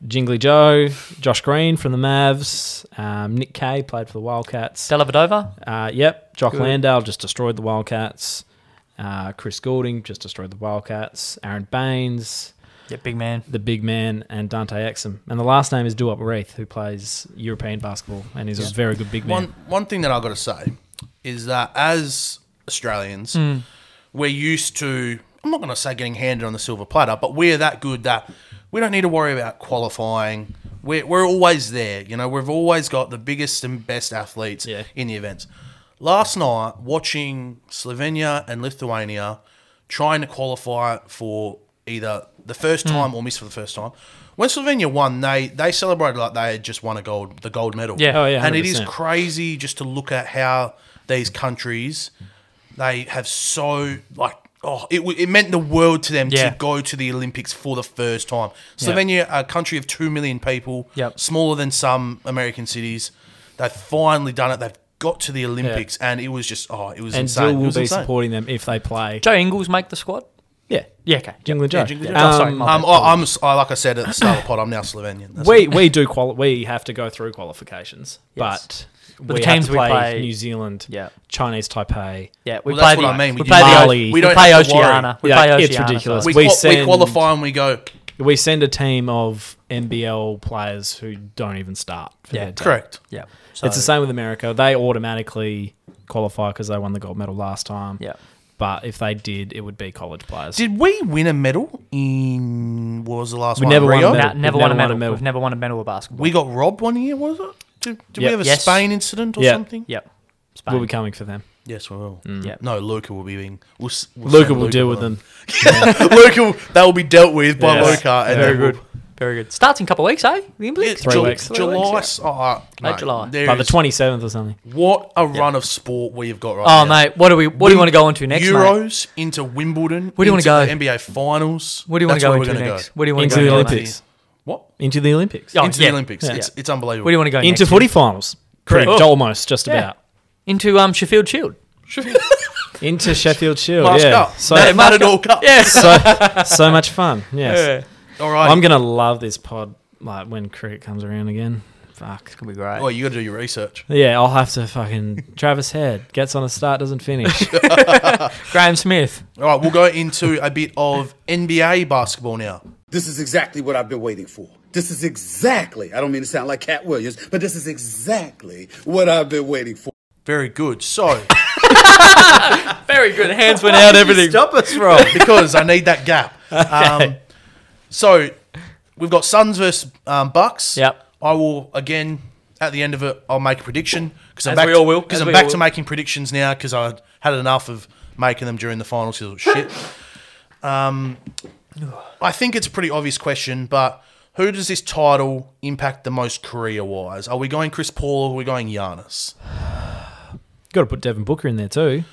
S2: Jingly Joe, Josh Green from the Mavs, um, Nick Kay played for the Wildcats.
S5: Delavadova.
S2: Uh, yep, Jock
S5: Good.
S2: Landale just destroyed the Wildcats. Uh, Chris Goulding just destroyed the Wildcats. Aaron Baines,
S5: Yeah, big man.
S2: the big man, and Dante Exum. And the last name is Duop Wraith, who plays European basketball and is a very good big man.
S4: One one thing that I got to say is that as Australians, we're used to. I'm not going to say getting handed on the silver platter, but we're that good that we don't need to worry about qualifying. We're, we're always there. You know, we've always got the biggest and best athletes
S5: Yeah.
S4: in the events. Last night, watching Slovenia and Lithuania trying to qualify for either the first
S5: Hmm.
S4: time or miss for the first time. When Slovenia won, they they celebrated like they had just won a gold the gold medal.
S5: Yeah. Oh,
S2: yeah,
S4: and it is
S2: 100%.
S4: crazy just to look at how these countries they have so like oh it w- it meant the world to them
S5: Yeah.
S4: to go to the Olympics for the first time. Slovenia, a country of two million people,
S5: Yep.
S4: smaller than some American cities, they've finally done it. They've got to the Olympics, and it was just oh, it was
S2: And
S4: insane.
S2: Dill
S4: It
S2: will
S4: was
S2: be
S4: insane.
S2: supporting them if they play.
S5: Joe Ingles make the squad.
S2: Yeah.
S5: Yeah, okay.
S2: Jingle Joe. Uh,
S4: Yeah, Jingle Joe.
S5: Oh, sorry, my bad.
S4: Um, I, I'm s- I, like I said at the start of the pod, I'm now Slovenian. That's
S2: we we do quali- we have to go through qualifications,
S5: Yes.
S2: but
S5: the
S2: we
S5: teams
S2: have to
S5: we
S2: play,
S5: play-
S2: New Zealand,
S5: Yeah.
S2: Chinese Taipei.
S5: Yeah, we
S4: Well,
S5: play
S4: that's
S5: the
S4: what I mean.
S5: We
S4: We
S5: play
S4: do-
S5: the,
S2: Mali.
S5: we
S4: We don't
S5: play
S4: have to worry.
S5: Oceania. We
S2: Yeah,
S5: play Oceania.
S2: it's ridiculous.
S4: we,
S2: we
S4: qua- we
S2: send-
S4: qualify and we go.
S2: We send a team of NBL players who don't even start. For
S5: Yeah,
S2: their team.
S4: Correct.
S5: Yeah.
S2: It's the same with America. They automatically qualify because they won the gold medal last time.
S5: Yeah.
S2: But if they did, it would be college players.
S4: Did we win a medal in what was the last
S2: We
S4: one?
S2: never won a
S4: Rio?
S2: medal.
S5: Nah,
S2: We've
S5: never won a
S2: never won a
S5: medal.
S2: medal.
S5: We've never won a medal of basketball.
S4: We got robbed one year, was it? Did, did
S2: Yep.
S4: we have a
S5: Yes.
S4: Spain incident or
S2: Yep.
S4: something?
S5: Yep. Spain.
S2: We'll be coming for them.
S4: Yes, we will.
S5: Yep.
S4: No, Luca will be being. We'll, s- we'll
S2: Luca
S4: send
S2: will deal with
S4: behind.
S2: them.
S4: Luca, will- that will be dealt with by
S2: Yes.
S4: Luca. And
S2: Very
S4: then we'll-
S2: good.
S5: Very good. Starts in a couple of weeks, eh? The
S4: Yeah,
S5: Olympics.
S2: Three
S4: Ju-
S2: weeks.
S4: July.
S5: weeks,
S4: s- oh,
S5: Late
S4: mate,
S5: July.
S4: there
S2: By the
S4: is-
S2: 27th or something.
S4: What a run of sport we have got right
S5: Oh,
S4: now.
S5: mate, what do we what do you want to go on to next? mate?
S4: Euros into Wimbledon.
S5: Where do you wanna
S4: into
S5: go?
S4: the NBA Finals.
S5: What do you want
S4: That's
S5: to go
S4: where we're
S5: into
S4: gonna
S5: next? What do you want
S2: Into
S5: to
S2: the
S5: go
S2: Olympics.
S4: What?
S2: Into the Olympics.
S5: Oh,
S4: Into
S5: yeah.
S4: the Olympics.
S5: Yeah.
S4: It's, it's unbelievable.
S5: Where do you want to go?
S2: Into
S5: next? Oh.
S2: footy finals.
S4: Correct.
S2: Pretty- Almost, just
S5: Yeah.
S2: about.
S5: Into um Sheffield Shield.
S2: Into Sheffield Shield.
S4: Last
S2: yeah.
S4: cup.
S2: So,
S4: Mate, Matador Cup.
S2: so so much fun. Yes.
S4: All
S5: Oh,
S4: right.
S2: I'm gonna love this pod like when cricket comes around again. Fuck.
S5: Could be great.
S4: Well, you got to do your research.
S2: Yeah, I'll have to fucking Travis Head gets on a start, doesn't finish.
S5: Graham Smith.
S4: All right, we'll go into a bit of NBA basketball now.
S7: This is exactly what I've been waiting for. This is exactly, I don't mean to sound like Cat Williams, but this is exactly what I've been waiting for.
S4: Very good. So,
S5: Very good. Hands went out. Everything.
S4: stop us, bro, because I need that gap. Um, so, we've got Suns versus um, Bucks.
S5: Yep.
S4: I will again at the end of it. I'll make a prediction because I'm
S5: As
S4: back.
S5: we all will,
S4: Because
S5: as
S4: I'm
S5: we
S4: back
S5: all
S4: to
S5: will.
S4: making predictions now because I had enough of making them during the finals. 'cause it was shit. um, I think it's a pretty obvious question, but. Who does this title impact the most career wise? Are we going Chris Paul or are we going Giannis?
S2: Got to put Devin Booker in there too.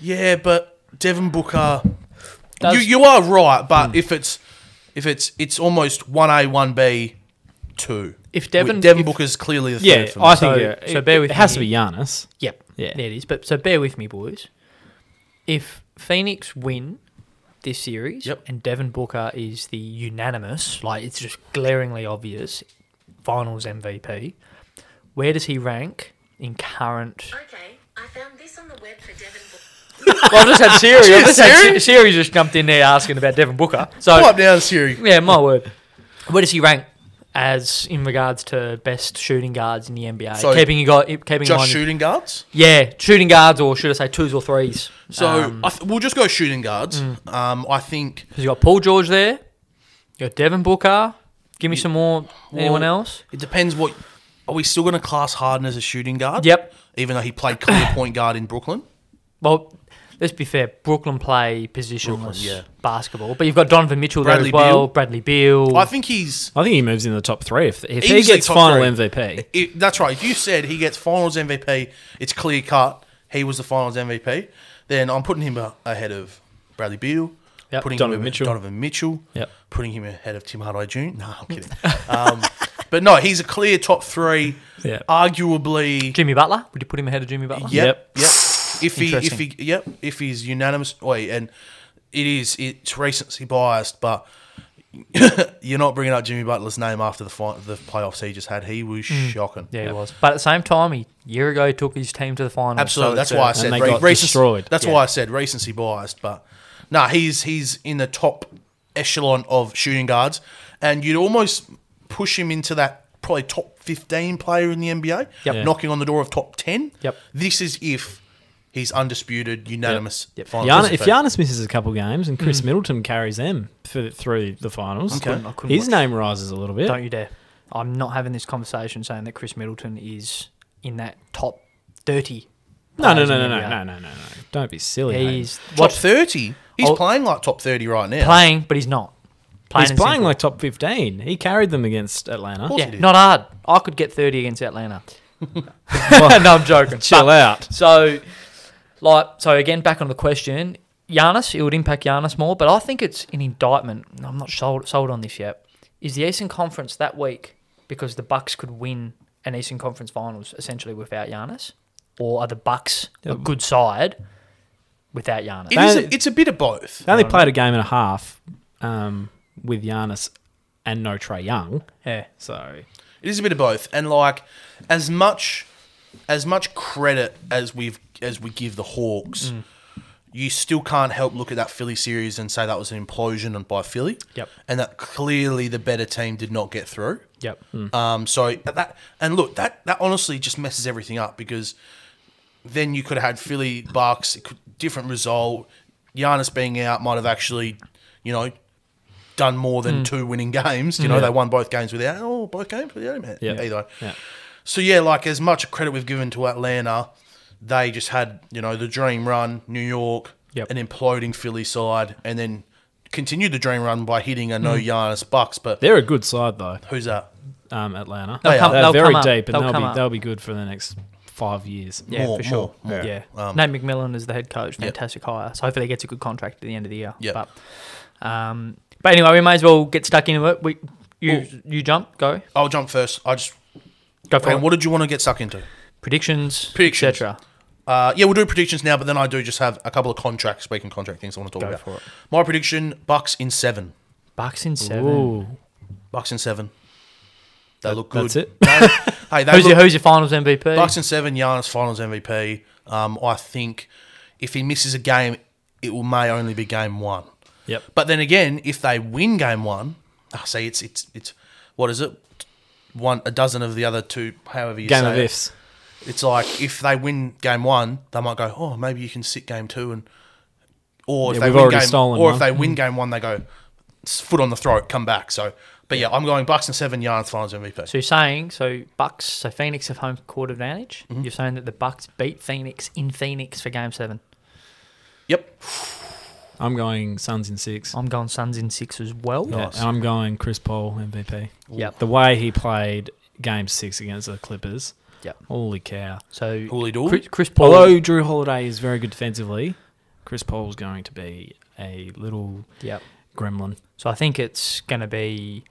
S4: Yeah, but Devin Booker,
S5: Does- Hmm.
S4: you you are right. But if it's if it's it's almost one A one B two.
S5: If Devin-
S4: Devin
S5: if-
S4: Booker's clearly the third.
S2: Yeah,
S4: for me.
S2: I think
S5: So-
S2: yeah,
S5: so
S2: it,
S5: bear
S2: it
S5: with
S2: has to
S5: me.
S2: be Giannis.
S5: Yep.
S2: Yeah.
S5: There it is. But so bear with me, boys. If Phoenix win this series
S4: Yep.
S5: and Devin Booker is the unanimous, like it's just glaringly obvious, finals MVP, where does he rank in current
S8: Okay, I found this on the web for Devon.
S5: Well, I've just had Siri. I've just had Siri? Siri just jumped in there asking about Devin Booker. So
S4: Pipe down, Siri.
S5: yeah, my word. Where does he rank as in regards to best shooting guards in the NBA?
S4: So,
S5: keeping you got keeping in
S4: Just
S5: mind,
S4: shooting guards.
S5: Yeah, shooting guards, or should I say twos or threes?
S4: So
S5: Um, Hmm.
S4: I th- we'll just go shooting guards. Um, I think
S5: 'cause you got Paul George there. You got Devin Booker. Give me some more. Anyone
S4: Well,
S5: else?
S4: it depends what. Are we still going to class Harden as a shooting guard?
S5: Yep.
S4: Even though he played clear point guard in Brooklyn.
S5: Well, let's be fair. Brooklyn play positionless
S4: yeah.
S5: basketball, but you've got Donovan Mitchell there
S4: Bradley
S5: as well.
S4: Beal.
S5: Bradley Beal.
S4: I think he's
S2: I think he moves in the top three if, if he
S4: Easily
S2: gets
S4: top
S2: final
S4: three.
S2: MVP.
S4: It, that's right. If you said he gets finals MVP, it's clear cut. He was the finals MVP. Then I'm putting him a- ahead of Bradley Beal,
S5: Yep,
S4: putting
S2: Donovan
S4: him ahead-
S2: Mitchell.
S4: Donovan Mitchell,
S2: Yep.
S4: putting him ahead of Tim Hardaway Jr. No, I'm kidding. um, but no, he's a clear top three.
S2: Yeah.
S4: Arguably,
S5: Jimmy Butler. Would you put him ahead of Jimmy Butler?
S4: Yep. Yep. If he, if
S5: Interesting.
S4: he, yep, if he's unanimous, wait, and it is, it's recency biased, but you're not bringing up Jimmy Butler's name after the fi- the playoffs he just had. He was shocking.
S5: Yeah, he was. But at the same time, he year ago took his team to the final.
S4: Absolutely. that's
S5: uh,
S4: why I said
S2: they
S4: re-
S2: got
S4: recency-
S2: destroyed.
S4: That's
S2: Yeah.
S4: why I said recency biased, but no, he's he's in the top echelon of shooting guards, and you'd almost push him into that probably top fifteen player in the NBA,
S5: Yep. Yeah.
S4: knocking on the door of top ten.
S5: Yep.
S4: This is if He's undisputed, unanimous.
S5: Yep.
S4: final
S2: Giannis,
S4: Best
S2: if
S4: of Fame.
S2: Giannis misses a couple games and
S5: Mm.
S2: Chris Middleton carries them for, through the finals,
S4: Okay. I couldn't- I
S5: couldn't
S2: his
S5: watch.
S2: name rises a little bit.
S5: Don't you dare. I'm not having this conversation saying that Chris Middleton is in that top 30.
S2: no, no,
S5: players
S2: no, no,
S5: in the
S2: no,
S5: NBA.
S2: no, no, no, no. Don't be silly. mate.
S5: He's
S4: top
S5: what,
S4: thirty, he's
S5: Oh.
S4: playing like top thirty right now.
S5: playing, but he's not. Plain
S2: He's
S5: and
S2: playing
S5: simple.
S2: like top 15. He carried them against Atlanta.
S4: course
S5: Yeah,
S4: it is.
S5: not hard. I could get 30 against Atlanta. no, I'm joking.
S2: Chill
S5: But-
S2: out.
S5: So, like, so again, back on the question, Giannis, it would impact Giannis more, but I think it's an indictment. and I'm not sold, sold on this yet. Is the Eastern Conference that week because the Bucks could win an Eastern Conference Finals essentially without Giannis, or are the Bucks a good side without Giannis?
S4: It is.
S2: They-
S4: A, it's a bit of both.
S2: They only played a game and a half um, with Giannis and no Trey Young.
S5: yeah.
S2: So
S4: It is a bit of both, and like as much as much credit as we've as we give the Hawks, you still can't help look at that Philly series and say that was an implosion on by Philly.
S5: Yep.
S4: and that clearly the better team did not get through.
S5: Yep.
S4: Um, so that and look that that honestly just messes everything up because then you could have had Philly Bucks it could, different result. Giannis being out might have actually, you know, done more than
S5: Hmm.
S4: two winning games. You know, they won both games without oh both games without him.
S2: Yeah.
S4: either.
S2: Yeah.
S4: So yeah, like as much credit we've given to Atlanta, they just had you know the dream run, New York,
S5: Yep.
S4: an imploding Philly side, and then continued the dream run by hitting a
S5: Hmm.
S4: no Giannis Bucks. But
S2: they're a good side though.
S4: who's that?
S2: Um, Atlanta.
S4: They
S5: come-
S4: are.
S2: They're
S5: they'll
S2: very
S5: come up.
S2: deep, and
S5: They'll
S2: they'll,
S5: come
S2: be
S5: up.
S2: they'll be good for the next five years.
S5: Yeah,
S4: More,
S5: for sure.
S4: more, more.
S5: Yeah.
S4: Um,
S5: Nate McMillan is the head coach. Fantastic hire. So hopefully he gets a good contract at the end of the year.
S4: Yep.
S5: But, um, but anyway, we may as well get stuck into it. We, you, you jump, go,
S4: I'll jump first. I just
S5: go for
S4: and
S5: it.
S4: um, what did you want to get stuck into?
S5: predictions,
S4: Predictions.
S5: etc.
S4: Uh, yeah, we'll do predictions now, but then I do just have a couple of contract speaking contract things I want to talk
S5: Go
S4: about.
S5: for it.
S4: My prediction: Bucks in seven.
S5: Bucks in seven.
S2: Ooh,
S4: Bucks in seven. They look good.
S2: that's it?
S4: They- hey, they
S5: Who's
S4: look,
S5: your Who's your finals MVP?
S4: Bucks in seven. Giannis Finals MVP. Um, I think if he misses a game, it will may only be game one.
S2: Yep.
S4: But then again, if they win game one, I say it's it's it's what is it? One a dozen of the other two, however you
S2: Game
S4: say
S2: of
S4: it.
S2: ifs.
S4: It's like if they win game one, they might go, oh, maybe you can sit game two, and or if
S2: Yeah,
S4: they
S2: we've
S4: win
S2: already
S4: game,
S2: stolen
S4: or
S2: one.
S4: if they win game one, they go "It's foot on the throat, come back. So, but yeah, I'm going Bucks and seven yards, Finals MVP.
S5: So you're saying so Bucks, so Phoenix have home court advantage.
S4: Mm-hmm.
S5: You're saying that the Bucks beat Phoenix in Phoenix for Game Seven.
S4: yep,
S2: I'm going Suns in six.
S5: I'm going Suns in six as well.
S2: Yeah, and I'm going Chris Paul MVP.
S5: Yep.
S2: The way he played Game Six against the Clippers,
S5: Yep.
S2: holy cow!
S5: So
S4: Hooley Dooley.
S5: Chris, Chris Paul.
S2: Although Drew Holiday is very good defensively, Chris Paul's going to be a little
S5: Yep.
S2: gremlin.
S5: So I think it's going to be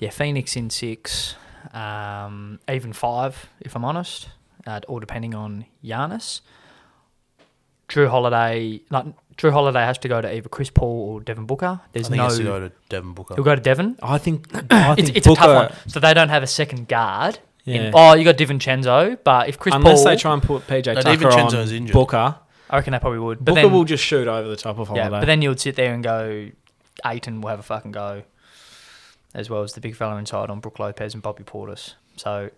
S5: yeah Phoenix in six, um, even five if I'm honest, uh, all depending on Giannis. Drew Holiday, like Drew Holiday has to go to either Chris Paul or Devin Booker.
S4: I
S5: There's
S4: think
S5: no.
S4: no, to go to Devin Booker.
S5: He'll go to Devin.
S2: I think. I
S5: It's,
S2: think
S5: it's
S2: Booker,
S5: a tough one. So they don't have a second guard. in-
S2: Yeah.
S5: oh, you got DiVincenzo, but if Chris
S2: Unless
S5: Paul,
S2: they try and put PJ
S4: No,
S2: Tucker
S4: DiVincenzo's
S2: on
S4: injured.
S2: Booker,
S5: I reckon they probably would. But
S2: Booker
S5: then,
S2: will just shoot over the top of Holiday.
S5: yeah, but then you'd sit there and go, Aiton will have a fucking go, as well as the big fella inside on Brooke Lopez and Bobby Portis. So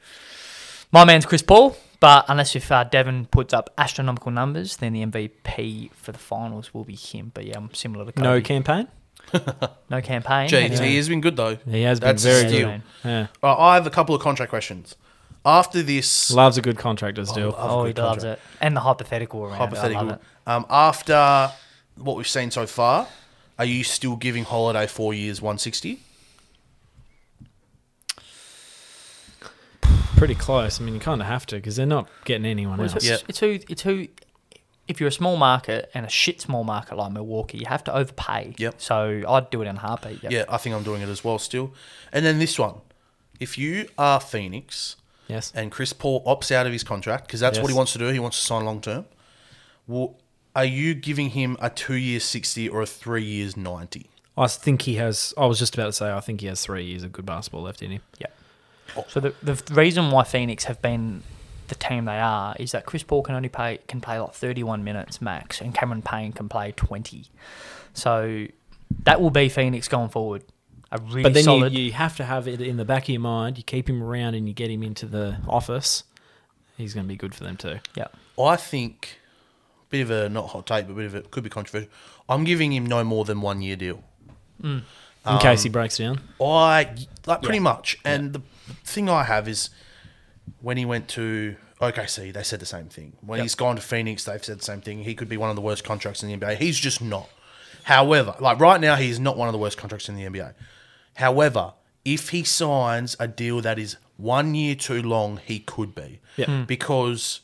S5: my man's Chris Paul, but unless if uh, Devin puts up astronomical numbers, then the MVP for the finals will be him. But yeah, I'm similar to Kobe.
S2: no campaign.
S5: no campaign.
S4: Jeez,
S5: anyway.
S4: he has been good though.
S2: He has been
S4: That's a
S2: very
S5: Yeah,
S2: good.
S4: steal.
S5: man.
S2: Yeah,
S4: Uh, I have a couple of contract questions. After this,
S2: loves a good contractor's deal.
S5: Oh, he loves it, and the hypothetical around. Hypothetical.
S4: hypothetical. Um, after what we've seen so far, are you still giving Holiday four years, one sixty?
S2: Pretty close. I mean, you kind of have to because they're not getting anyone
S5: Well,
S2: else.
S5: it's,
S4: Yeah.
S5: it's who it's who. If you're a small market and a shit small market like Milwaukee, you have to overpay.
S4: Yep.
S5: So I'd do it in a heartbeat. Yep.
S4: Yeah, I think I'm doing it as well still. And then this one. If you are Phoenix
S2: Yes.
S4: and Chris Paul opts out of his contract, because that's what
S2: Yes.
S4: he wants to do, he wants to sign long term, well, are you giving him a two year 60 or a three years 90?
S2: I think he has. I was just about to say. I think he has three years of good basketball left in him.
S5: So the, the reason why Phoenix have been the team they are is that Chris Paul can only play can play like 31 minutes max, and Cameron Payne can play 20. So that will be Phoenix going forward. A really
S2: But then you,
S5: solid.
S2: you have to have it in the back of your mind. You keep him around and you get him into the office. He's going to be good for them too.
S5: yeah.
S4: I think bit of a not hot take, but a bit of it could be controversial. I'm giving him no more than one year deal.
S2: in case he breaks down.
S4: I like pretty much. And the thing I have is when he went to OKC, they said the same thing. When he's gone to Phoenix, they've said the same thing. He could be one of the worst contracts in the NBA. He's just not. However, like right now, he's not one of the worst contracts in the NBA. However, if he signs a deal that is one year too long, he could be.
S2: Yeah. Mm.
S4: Because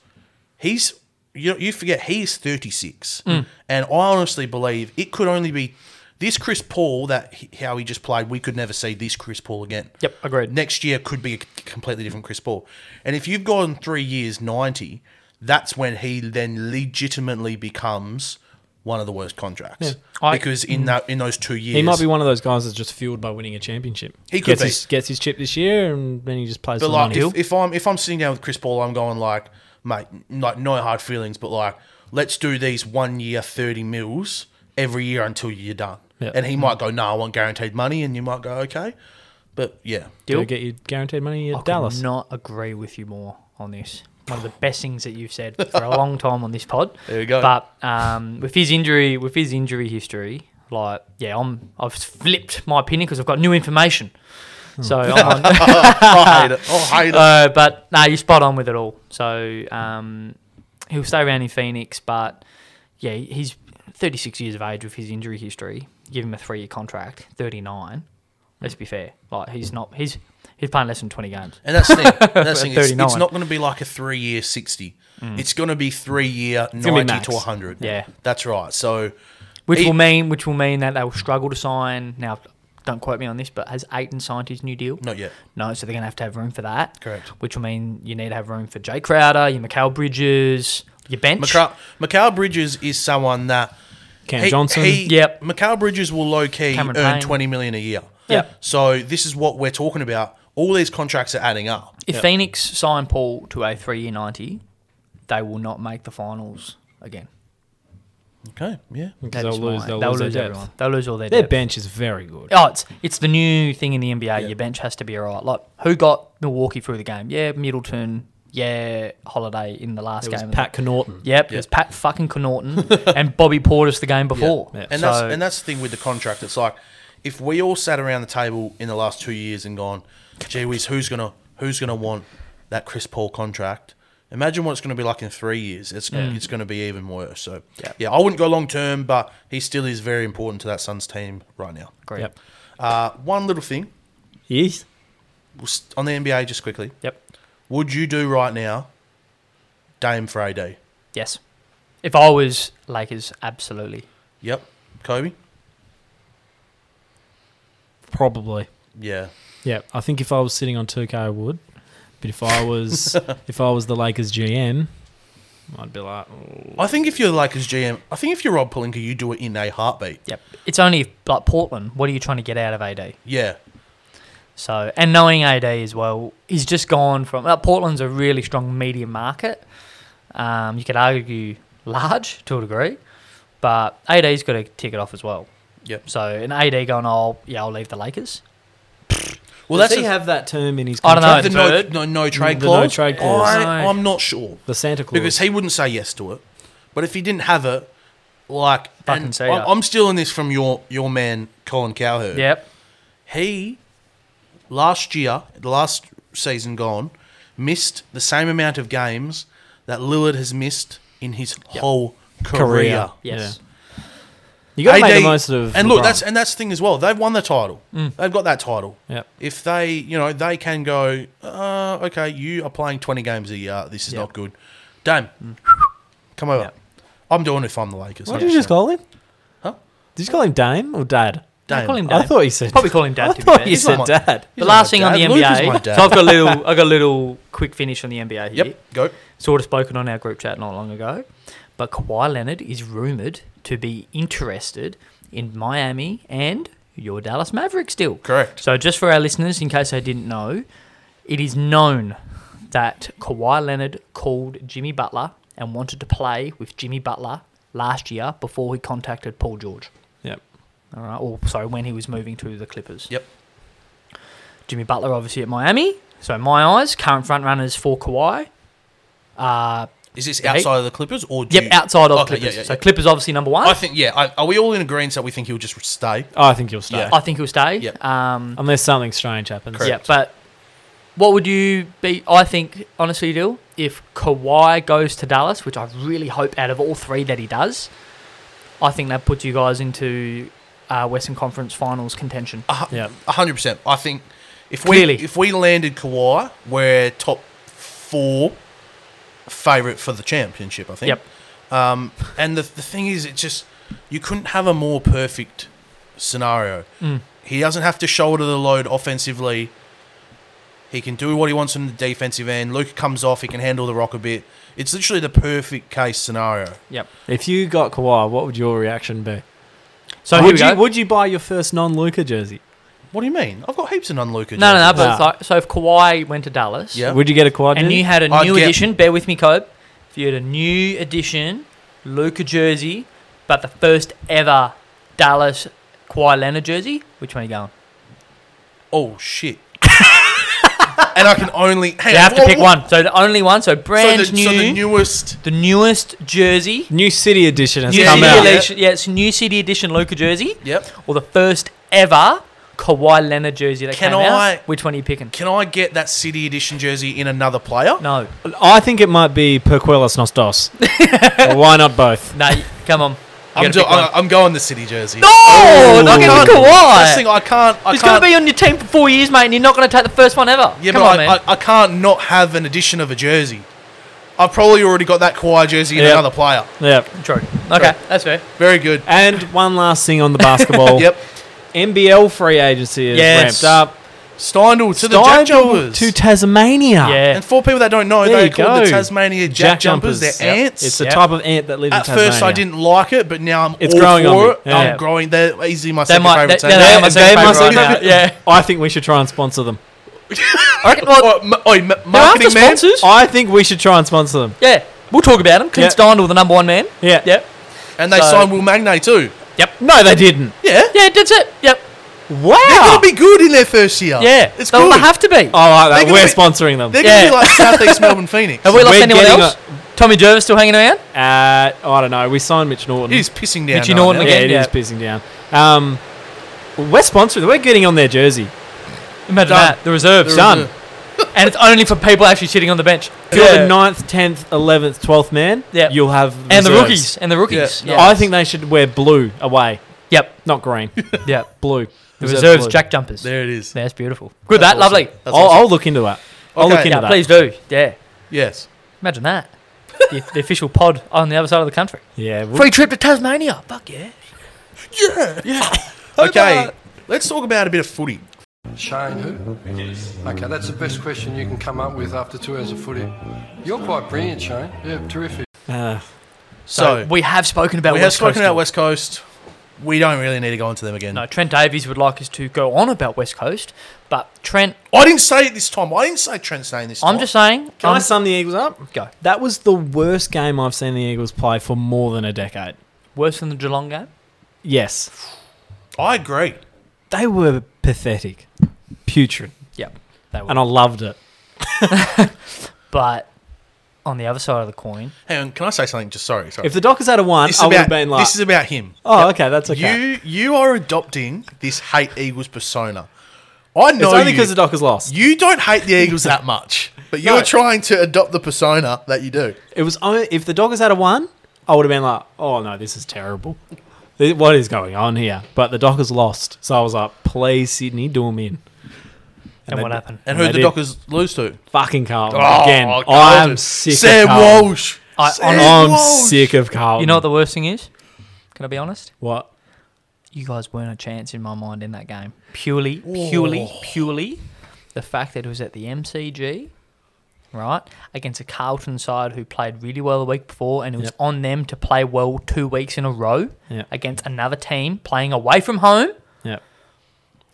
S4: he's you you forget he's 36
S5: Hmm.
S4: and i honestly believe it could only be this chris paul that he, how he just played we could never see this chris paul again
S5: Yep, agreed.
S4: next year could be a completely different chris paul and if you've gone three years 90 that's when he then legitimately becomes one of the worst contracts
S5: I-
S4: because in that in those two years
S2: mm. He might be one of those guys that's just fueled by winning a championship.
S4: He could
S2: gets
S4: be.
S2: His, gets his chip this year and then he just plays for
S4: But
S2: the
S4: like,
S2: money.
S4: if, if I'm if I'm sitting down with Chris Paul, I'm going like, mate, like no hard feelings, but like, let's do these one year thirty mils every year until you're done.
S2: Yeah.
S4: And he might go, no, I want guaranteed money, and you might go, okay, but yeah,
S2: Go get your guaranteed money at
S5: I could
S2: Dallas.
S5: not agree with you more on this. One of the best things that you've said for a long time on this pod.
S4: There you go.
S5: But um, with his injury, with his injury history, like yeah, I'm I've flipped my opinion because I've got new information. So I'm on,
S4: I hate it. I hate it.
S5: uh, but no, you're spot on with it all. So um, he'll stay around in Phoenix, but yeah, he's 36 years of age with his injury history. Give him a three-year contract, 39. Let's be fair. Like he's not he's he's playing less than 20 games.
S4: And that's the thing. That's the thing. It's,
S5: 39.
S4: it's not going to be like a three year sixty. It's going to be three year
S5: Mm. gonna be
S4: ninety to
S5: max.
S4: hundred.
S5: Yeah.
S4: that's right. So
S5: Which
S4: He-
S5: will mean which will mean that they will struggle to sign. Now, don't quote me on this, but has Aiton signed his new deal?
S4: Not yet.
S5: No, so they're going to have to have room for that.
S4: Correct.
S5: Which will mean you need to have room for Jay Crowder, your Mikal Bridges, your bench.
S4: Mikal, Mikal Bridges is someone that
S2: Cam Johnson.
S5: Yep.
S4: Mikal Bridges will low key earn
S5: Cameron Payne.
S4: twenty million a year.
S5: Yep.
S4: So this is what we're talking about. All these contracts are adding up.
S5: If Phoenix sign Paul to a three-year ninety, they will not make the finals again.
S4: Okay. Yeah.
S2: because
S5: That
S2: they'll
S5: is
S2: lose,
S5: my-
S2: they'll,
S5: they'll
S2: lose, their depth.
S5: everyone. They'll lose all their
S2: Their
S5: depth.
S2: bench is very good.
S5: Oh, it's it's the new thing in the NBA. Your bench has to be alright. Like who got Milwaukee through the game? Yeah, Middleton. Yeah, Holiday in the last
S2: it was
S5: game. of the-
S2: Pat Connaughton.
S5: Yep, it was Pat fucking Connaughton and Bobby Portis the game before.
S2: Yeah.
S4: And
S5: So-
S4: that's and that's the thing with the contract. It's like if we all sat around the table in the last two years and gone, gee whiz, who's gonna who's gonna want that Chris Paul contract? Imagine what it's gonna be like in three years. It's gonna, it's gonna be even worse. So
S5: Yeah.
S4: yeah, I wouldn't go long term, but he still is very important to that Suns team right now.
S5: Great.
S2: Yep.
S4: Uh, one little thing
S2: Yes.
S4: we'll st- on the NBA just quickly.
S5: Yep.
S4: Would you do right now, Dame for AD?
S5: Yes. If I was Lakers, absolutely.
S4: Yep. Kobe?
S2: Probably.
S4: Yeah.
S2: Yeah, I think if I was sitting on 2K, I would. But if I was if I was the Lakers GM, I'd be like, "Oh,
S4: I think if you're the Lakers GM, I think if you're Rob Palinka, you do it in a heartbeat.
S5: Yep. It's only like Portland. What are you trying to get out of AD?
S4: Yeah.
S5: So and knowing AD as well, he's just gone from like, Portland's a really strong media market. Um, you could argue large to a degree, but AD's got to tick it off as well.
S4: Yep.
S5: So an AD going, oh yeah, I'll leave the Lakers.
S4: Well,
S2: does
S4: that's
S2: he
S4: the-
S2: have that term in his
S5: I don't know.
S2: contract?
S4: the
S5: It's
S4: no,
S5: third.
S4: no, no trade
S2: Mm, The no
S4: clause.
S2: trade clause.
S4: I,
S5: No.
S4: I'm not sure
S2: The Santa Claus.
S4: because he wouldn't say yes to it. But if he didn't have it, like,
S5: Fucking
S4: and
S5: say
S4: I'm,
S5: it.
S4: I'm stealing this from your your man Colin Cowherd.
S5: Yep.
S4: he last year, the last season gone, missed the same amount of games that Lillard has missed in his whole career.
S5: Yes.
S2: you got to make
S4: AD
S2: the most of.
S4: and look,
S2: LeBron. Mm.
S4: that's and that's the thing as well. They've won the title. They've got that title.
S2: Yep.
S4: If they, you know, they can go. Uh, okay, you are playing twenty games a year. This is
S5: Yep.
S4: not good. Dame,
S5: Mm.
S4: come over. I'm doing it if I'm the Lakers.
S2: What did you just call him?
S4: Huh?
S2: Did you call him Dame or Dad?
S4: Dame.
S5: Call him
S2: I
S5: Dad.
S2: thought you said.
S5: Probably call him
S2: I
S5: Dad. To be
S2: thought
S5: fair.
S2: you said
S4: my-
S2: Dad.
S5: The last thing on the
S4: dad. Luke is my
S5: NBA.
S4: dad.
S5: So I've got a little, I've got a little quick finish on the NBA here.
S4: Yep. Go.
S5: Sort of spoken on our group chat not long ago, but Kawhi Leonard is rumored to be interested in Miami and your Dallas Mavericks still.
S4: Correct.
S5: So just for our listeners, in case they didn't know, it is known that Kawhi Leonard called Jimmy Butler and wanted to play with Jimmy Butler last year before he contacted Paul George.
S2: Yep.
S5: All right. Or sorry, when he was moving to the Clippers.
S4: Yep.
S5: Jimmy Butler obviously at Miami. So in my eyes, current front runners for Kawhi are
S4: Is this
S5: Right?
S4: outside of the Clippers or do
S5: Yep,
S4: you-
S5: outside of
S4: Okay, yeah,
S5: Clippers.
S4: yeah,
S5: So
S4: yeah.
S5: Clippers obviously number one.
S4: I think yeah. I, are we all in agreement that we think he'll just stay?
S2: Oh, I think you'll stay.
S5: I think he'll stay.
S4: Yep.
S5: Um,
S2: Unless something strange happens.
S5: yeah, but what would you be? I think honestly, Dill, if Kawhi goes to Dallas, which I really hope out of all three that he does, I think that puts you guys into uh, Western Conference Finals contention.
S2: Yeah.
S4: hundred percent. I think if
S5: Clearly.
S4: we if we landed Kawhi, we're top four favorite for the championship. I think.
S5: Yep.
S4: Um, and the the thing is, it's just you couldn't have a more perfect scenario.
S5: Mm.
S4: He doesn't have to shoulder the load offensively. He can do what he wants on the defensive end. Luke comes off. He can handle the rock a bit. It's literally the perfect case scenario.
S5: Yep.
S2: If you got Kawhi, what would your reaction be?
S5: So here
S2: would
S5: we
S2: you
S5: go.
S2: would you buy your first non Luca jersey?
S4: What do you mean? I've got heaps of non-Luca.
S5: no, no, no.
S4: jerseys.
S5: But
S2: Ah.
S5: it's like, so if Kawhi went to Dallas,
S4: Yeah.
S2: Would you get a Kawhi
S5: and
S2: jersey?
S5: you had a
S4: I'd
S5: new
S4: get-
S5: edition. Bear with me, Cope. If you had a new edition, Luca jersey, but the first ever Dallas Kawhi Leonard jersey, which way are you going?
S4: Oh shit. and I can only hang
S5: You
S4: on,
S5: have to
S4: what-
S5: pick
S4: what-
S5: one. So the only one. So
S4: So
S5: brand
S4: the,
S5: new,
S4: so the
S5: the
S4: newest.
S5: newest jersey.
S2: New City Edition has
S5: New
S2: come
S5: City
S4: Yeah.
S2: out.
S5: edition. Yeah, it's new city edition Luca jersey,
S4: Yep.
S5: or the first ever Kawhi Leonard jersey that
S4: Can
S5: came
S4: I-
S5: out. Which one are you picking?
S4: Can I get that City Edition jersey in another player?
S5: No,
S2: I think it might be Perquelas Nostos. Or why not both?
S5: no. you- Come on. You
S4: I'm,
S5: gotta
S4: do,
S5: pick one.
S4: I, I'm going the City jersey.
S5: Oh, not
S4: I
S5: going
S4: can't-
S5: to
S4: That's the
S5: Kawhi.
S4: thing, I can't. I
S5: He's going
S4: can't
S5: to be on your team for four years, mate, and you're not going to take the first one ever.
S4: yeah,
S5: Come
S4: but
S5: on,
S4: I,
S5: man.
S4: I, I can't not have an edition of a jersey. I've probably already got that Kawhi jersey in
S2: Yeah.
S4: another player.
S2: Yep.
S5: True. Okay, that's fair.
S4: Very good.
S2: And one last thing on the basketball.
S4: Yep.
S2: NBL free agency is
S5: Yes.
S2: ramped up.
S4: Steindl to the
S2: Steindl
S4: Jack Jumpers.
S2: to Tasmania.
S5: Yeah.
S4: and for people that don't know,
S2: There
S4: they
S2: you
S4: call the
S2: go.
S4: Tasmania Jack, Jumpers. They're
S2: Yep.
S4: ants.
S2: It's a
S5: Yep.
S2: type of ant that lives
S4: At
S2: in Tasmania.
S4: first, I didn't like it, but now I'm
S2: It's
S4: all
S2: growing on
S4: for
S2: me.
S4: it.
S2: Yeah.
S4: I'm growing. They're easily my
S5: They
S4: second
S5: might. They,
S4: favorite.
S5: they,
S4: team.
S5: they are my
S2: They
S5: second
S2: must
S5: favourite
S2: have-
S5: right now. Yeah.
S2: I think we should try and sponsor them.
S5: I reckon, well,
S4: Oh, m- oi, m-
S5: they're after
S4: marketing man.
S5: sponsors.
S2: I think we should try and sponsor them.
S5: Yeah. We'll talk about him. Clint
S2: Yeah.
S5: Steindl, the number one man.
S2: Yeah.
S5: Yep.
S4: And they
S5: So-
S4: signed Will Magne too.
S5: Yep.
S2: No, they didn't.
S4: Yeah.
S5: Yeah, that's it. Yep.
S2: Wow.
S4: They're going to be good in their first year.
S5: Yeah.
S4: It's
S5: They'll
S4: good.
S5: have to be.
S2: I like that.
S4: They're
S2: We're
S4: gonna
S2: sponsoring them.
S4: They're
S5: Yeah.
S4: going to be like Southeast Melbourne Phoenix.
S5: Have we lost
S2: We're
S5: anyone
S2: getting
S5: else? Tommy Jervis still hanging around?
S2: Uh, I don't know. We signed Mitch Norton.
S4: He's pissing down.
S5: Mitchie
S4: right
S5: Norton
S4: now.
S2: yeah,
S5: again,
S2: it is
S5: yeah.
S2: pissing down. Um, we're sponsoring. We're getting on their jersey.
S5: Imagine
S4: Done.
S5: that. The reserves.
S2: Done.
S4: reserve.
S5: and it's only for people actually sitting on the bench.
S2: If you're
S5: Yeah.
S2: the ninth, tenth, eleventh, twelfth man,
S5: Yep.
S2: you'll have
S5: And the
S2: reserves.
S5: rookies. And the rookies.
S4: Yeah.
S2: I think they should wear blue away,
S5: Yep.
S2: not green.
S5: Yep.
S2: blue.
S5: The reserves,
S2: blue.
S5: Jack Jumpers.
S4: There it is.
S5: That's beautiful. Good, that. Lovely.
S2: I'll, I'll look into that. I'll
S4: Okay.
S2: look into
S5: Yeah,
S2: that.
S5: please do. Yeah.
S4: Yes.
S5: Imagine that. the, the official pod on the other side of the country.
S2: Yeah. we-
S5: Free trip to Tasmania. Fuck yeah.
S4: Okay. Let's talk about a bit of footy.
S9: Shane who? Okay, that's the best question you can come up with after two hours of footy. You're quite brilliant, Shane. Yeah, terrific.
S2: uh,
S4: So,
S5: we have spoken about
S4: we have
S5: West
S4: spoken
S5: Coast.
S4: about West Coast. We don't really need to go into them again.
S5: No, Trent Davies would like us to go on about West Coast, but Trent,
S4: I didn't say it this time. I didn't say Trent's name this time.
S5: I'm just saying.
S2: can I
S5: I'm-
S2: sum the Eagles up?
S5: Go.
S2: um, That was the worst game I've seen the Eagles play for more than a decade.
S5: Worse than the Geelong game?
S2: Yes,
S4: I agree.
S2: they were pathetic, putrid,
S5: Yeah. They were.
S2: and I loved it.
S5: But on the other side of the coin,
S4: Hang on. Can I say something? Just sorry. Sorry.
S2: If the Dockers had a one,
S4: this, is
S2: I would have
S4: about,
S2: been like,
S4: this is about him.
S2: "Oh, okay, that's okay."
S4: You you are adopting this hate Eagles persona. I know
S2: it's only
S4: you.
S2: because the Dockers lost.
S4: You don't hate the Eagles that much, but you're
S2: No.
S4: trying to adopt the persona that you do.
S2: It was only if the Dockers had a one, I would have been like, "Oh no, this is terrible. Th- What is going on here?" But the Dockers lost, so I was like, "Please, Sydney, do them in."
S5: and,
S2: they
S5: what
S2: did.
S5: happened?
S4: And
S2: They
S4: who the
S2: did.
S4: Dockers lose to?
S2: Fucking Carlton again.
S4: Oh, God.
S2: I'm sick.
S4: Sam
S2: of Carlton.
S4: Walsh.
S5: I-
S4: Sam
S2: I'm
S4: Walsh.
S2: sick of Carlton.
S5: You know what the worst thing is? Can I be honest?
S2: what?
S5: You guys weren't a chance in my mind in that game. Purely, purely,
S2: Oh.
S5: purely the fact that it was at the MCG, right? Against a Carlton side who played really well the week before, and it was
S2: Yep.
S5: on them to play well two weeks in a row
S2: Yep.
S5: against another team playing away from home,
S2: Yeah.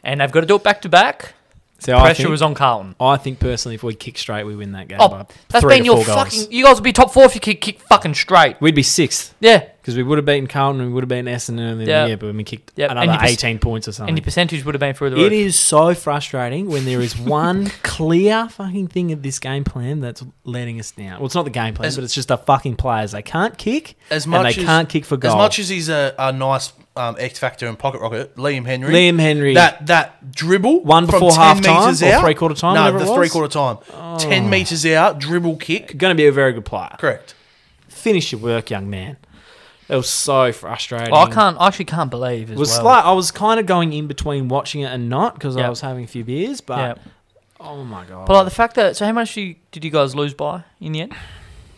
S5: and they've got to do it back to back.
S2: So I
S5: Pressure
S2: think,
S5: was on Carlton.
S2: I think personally, if we kick straight, we win that game.
S5: Oh,
S2: by
S5: that's
S2: three
S5: been
S2: to
S5: your
S2: four goals.
S5: fucking. You guys would be top four if you could kick fucking straight.
S2: We'd be sixth
S5: Yeah,
S2: because we would have beaten Carlton, we would have beaten Essendon, and then
S5: Yeah.
S2: yeah, but we kicked
S5: Yep, and
S2: another
S5: you pers-
S2: eighteen points or
S5: and
S2: something.
S5: your percentage would have been through the
S2: It
S5: roof.
S2: is so frustrating when there is one clear fucking thing of this game plan that's letting us down. Well, it's not the game plan,
S4: As-
S2: but it's just the fucking players. They can't kick,
S4: As much
S2: and they
S4: as,
S2: can't kick for goal.
S4: As much as he's a, a nice um, X factor and pocket rocket, Liam Henry.
S2: Liam Henry.
S4: That that dribble
S2: One
S4: from
S2: before
S4: 10
S2: half-time
S4: metres
S2: or
S4: out-
S2: three-quarter time,
S4: No,
S2: whatever
S4: the
S2: it was. Oh.
S4: three quarter time. Ten meters out, dribble kick.
S2: going to be a very good player.
S4: Correct.
S2: Finish your work, young man. It was so frustrating.
S5: Well, Oh, I can't. I actually can't believe as
S2: It was
S5: well.
S2: slight. I was kind of going in between watching it and not because I
S5: Yep.
S2: was having a few beers, but
S5: Yeah,
S2: oh my god,
S5: but like the fact that so how much you, did you guys lose by in the end?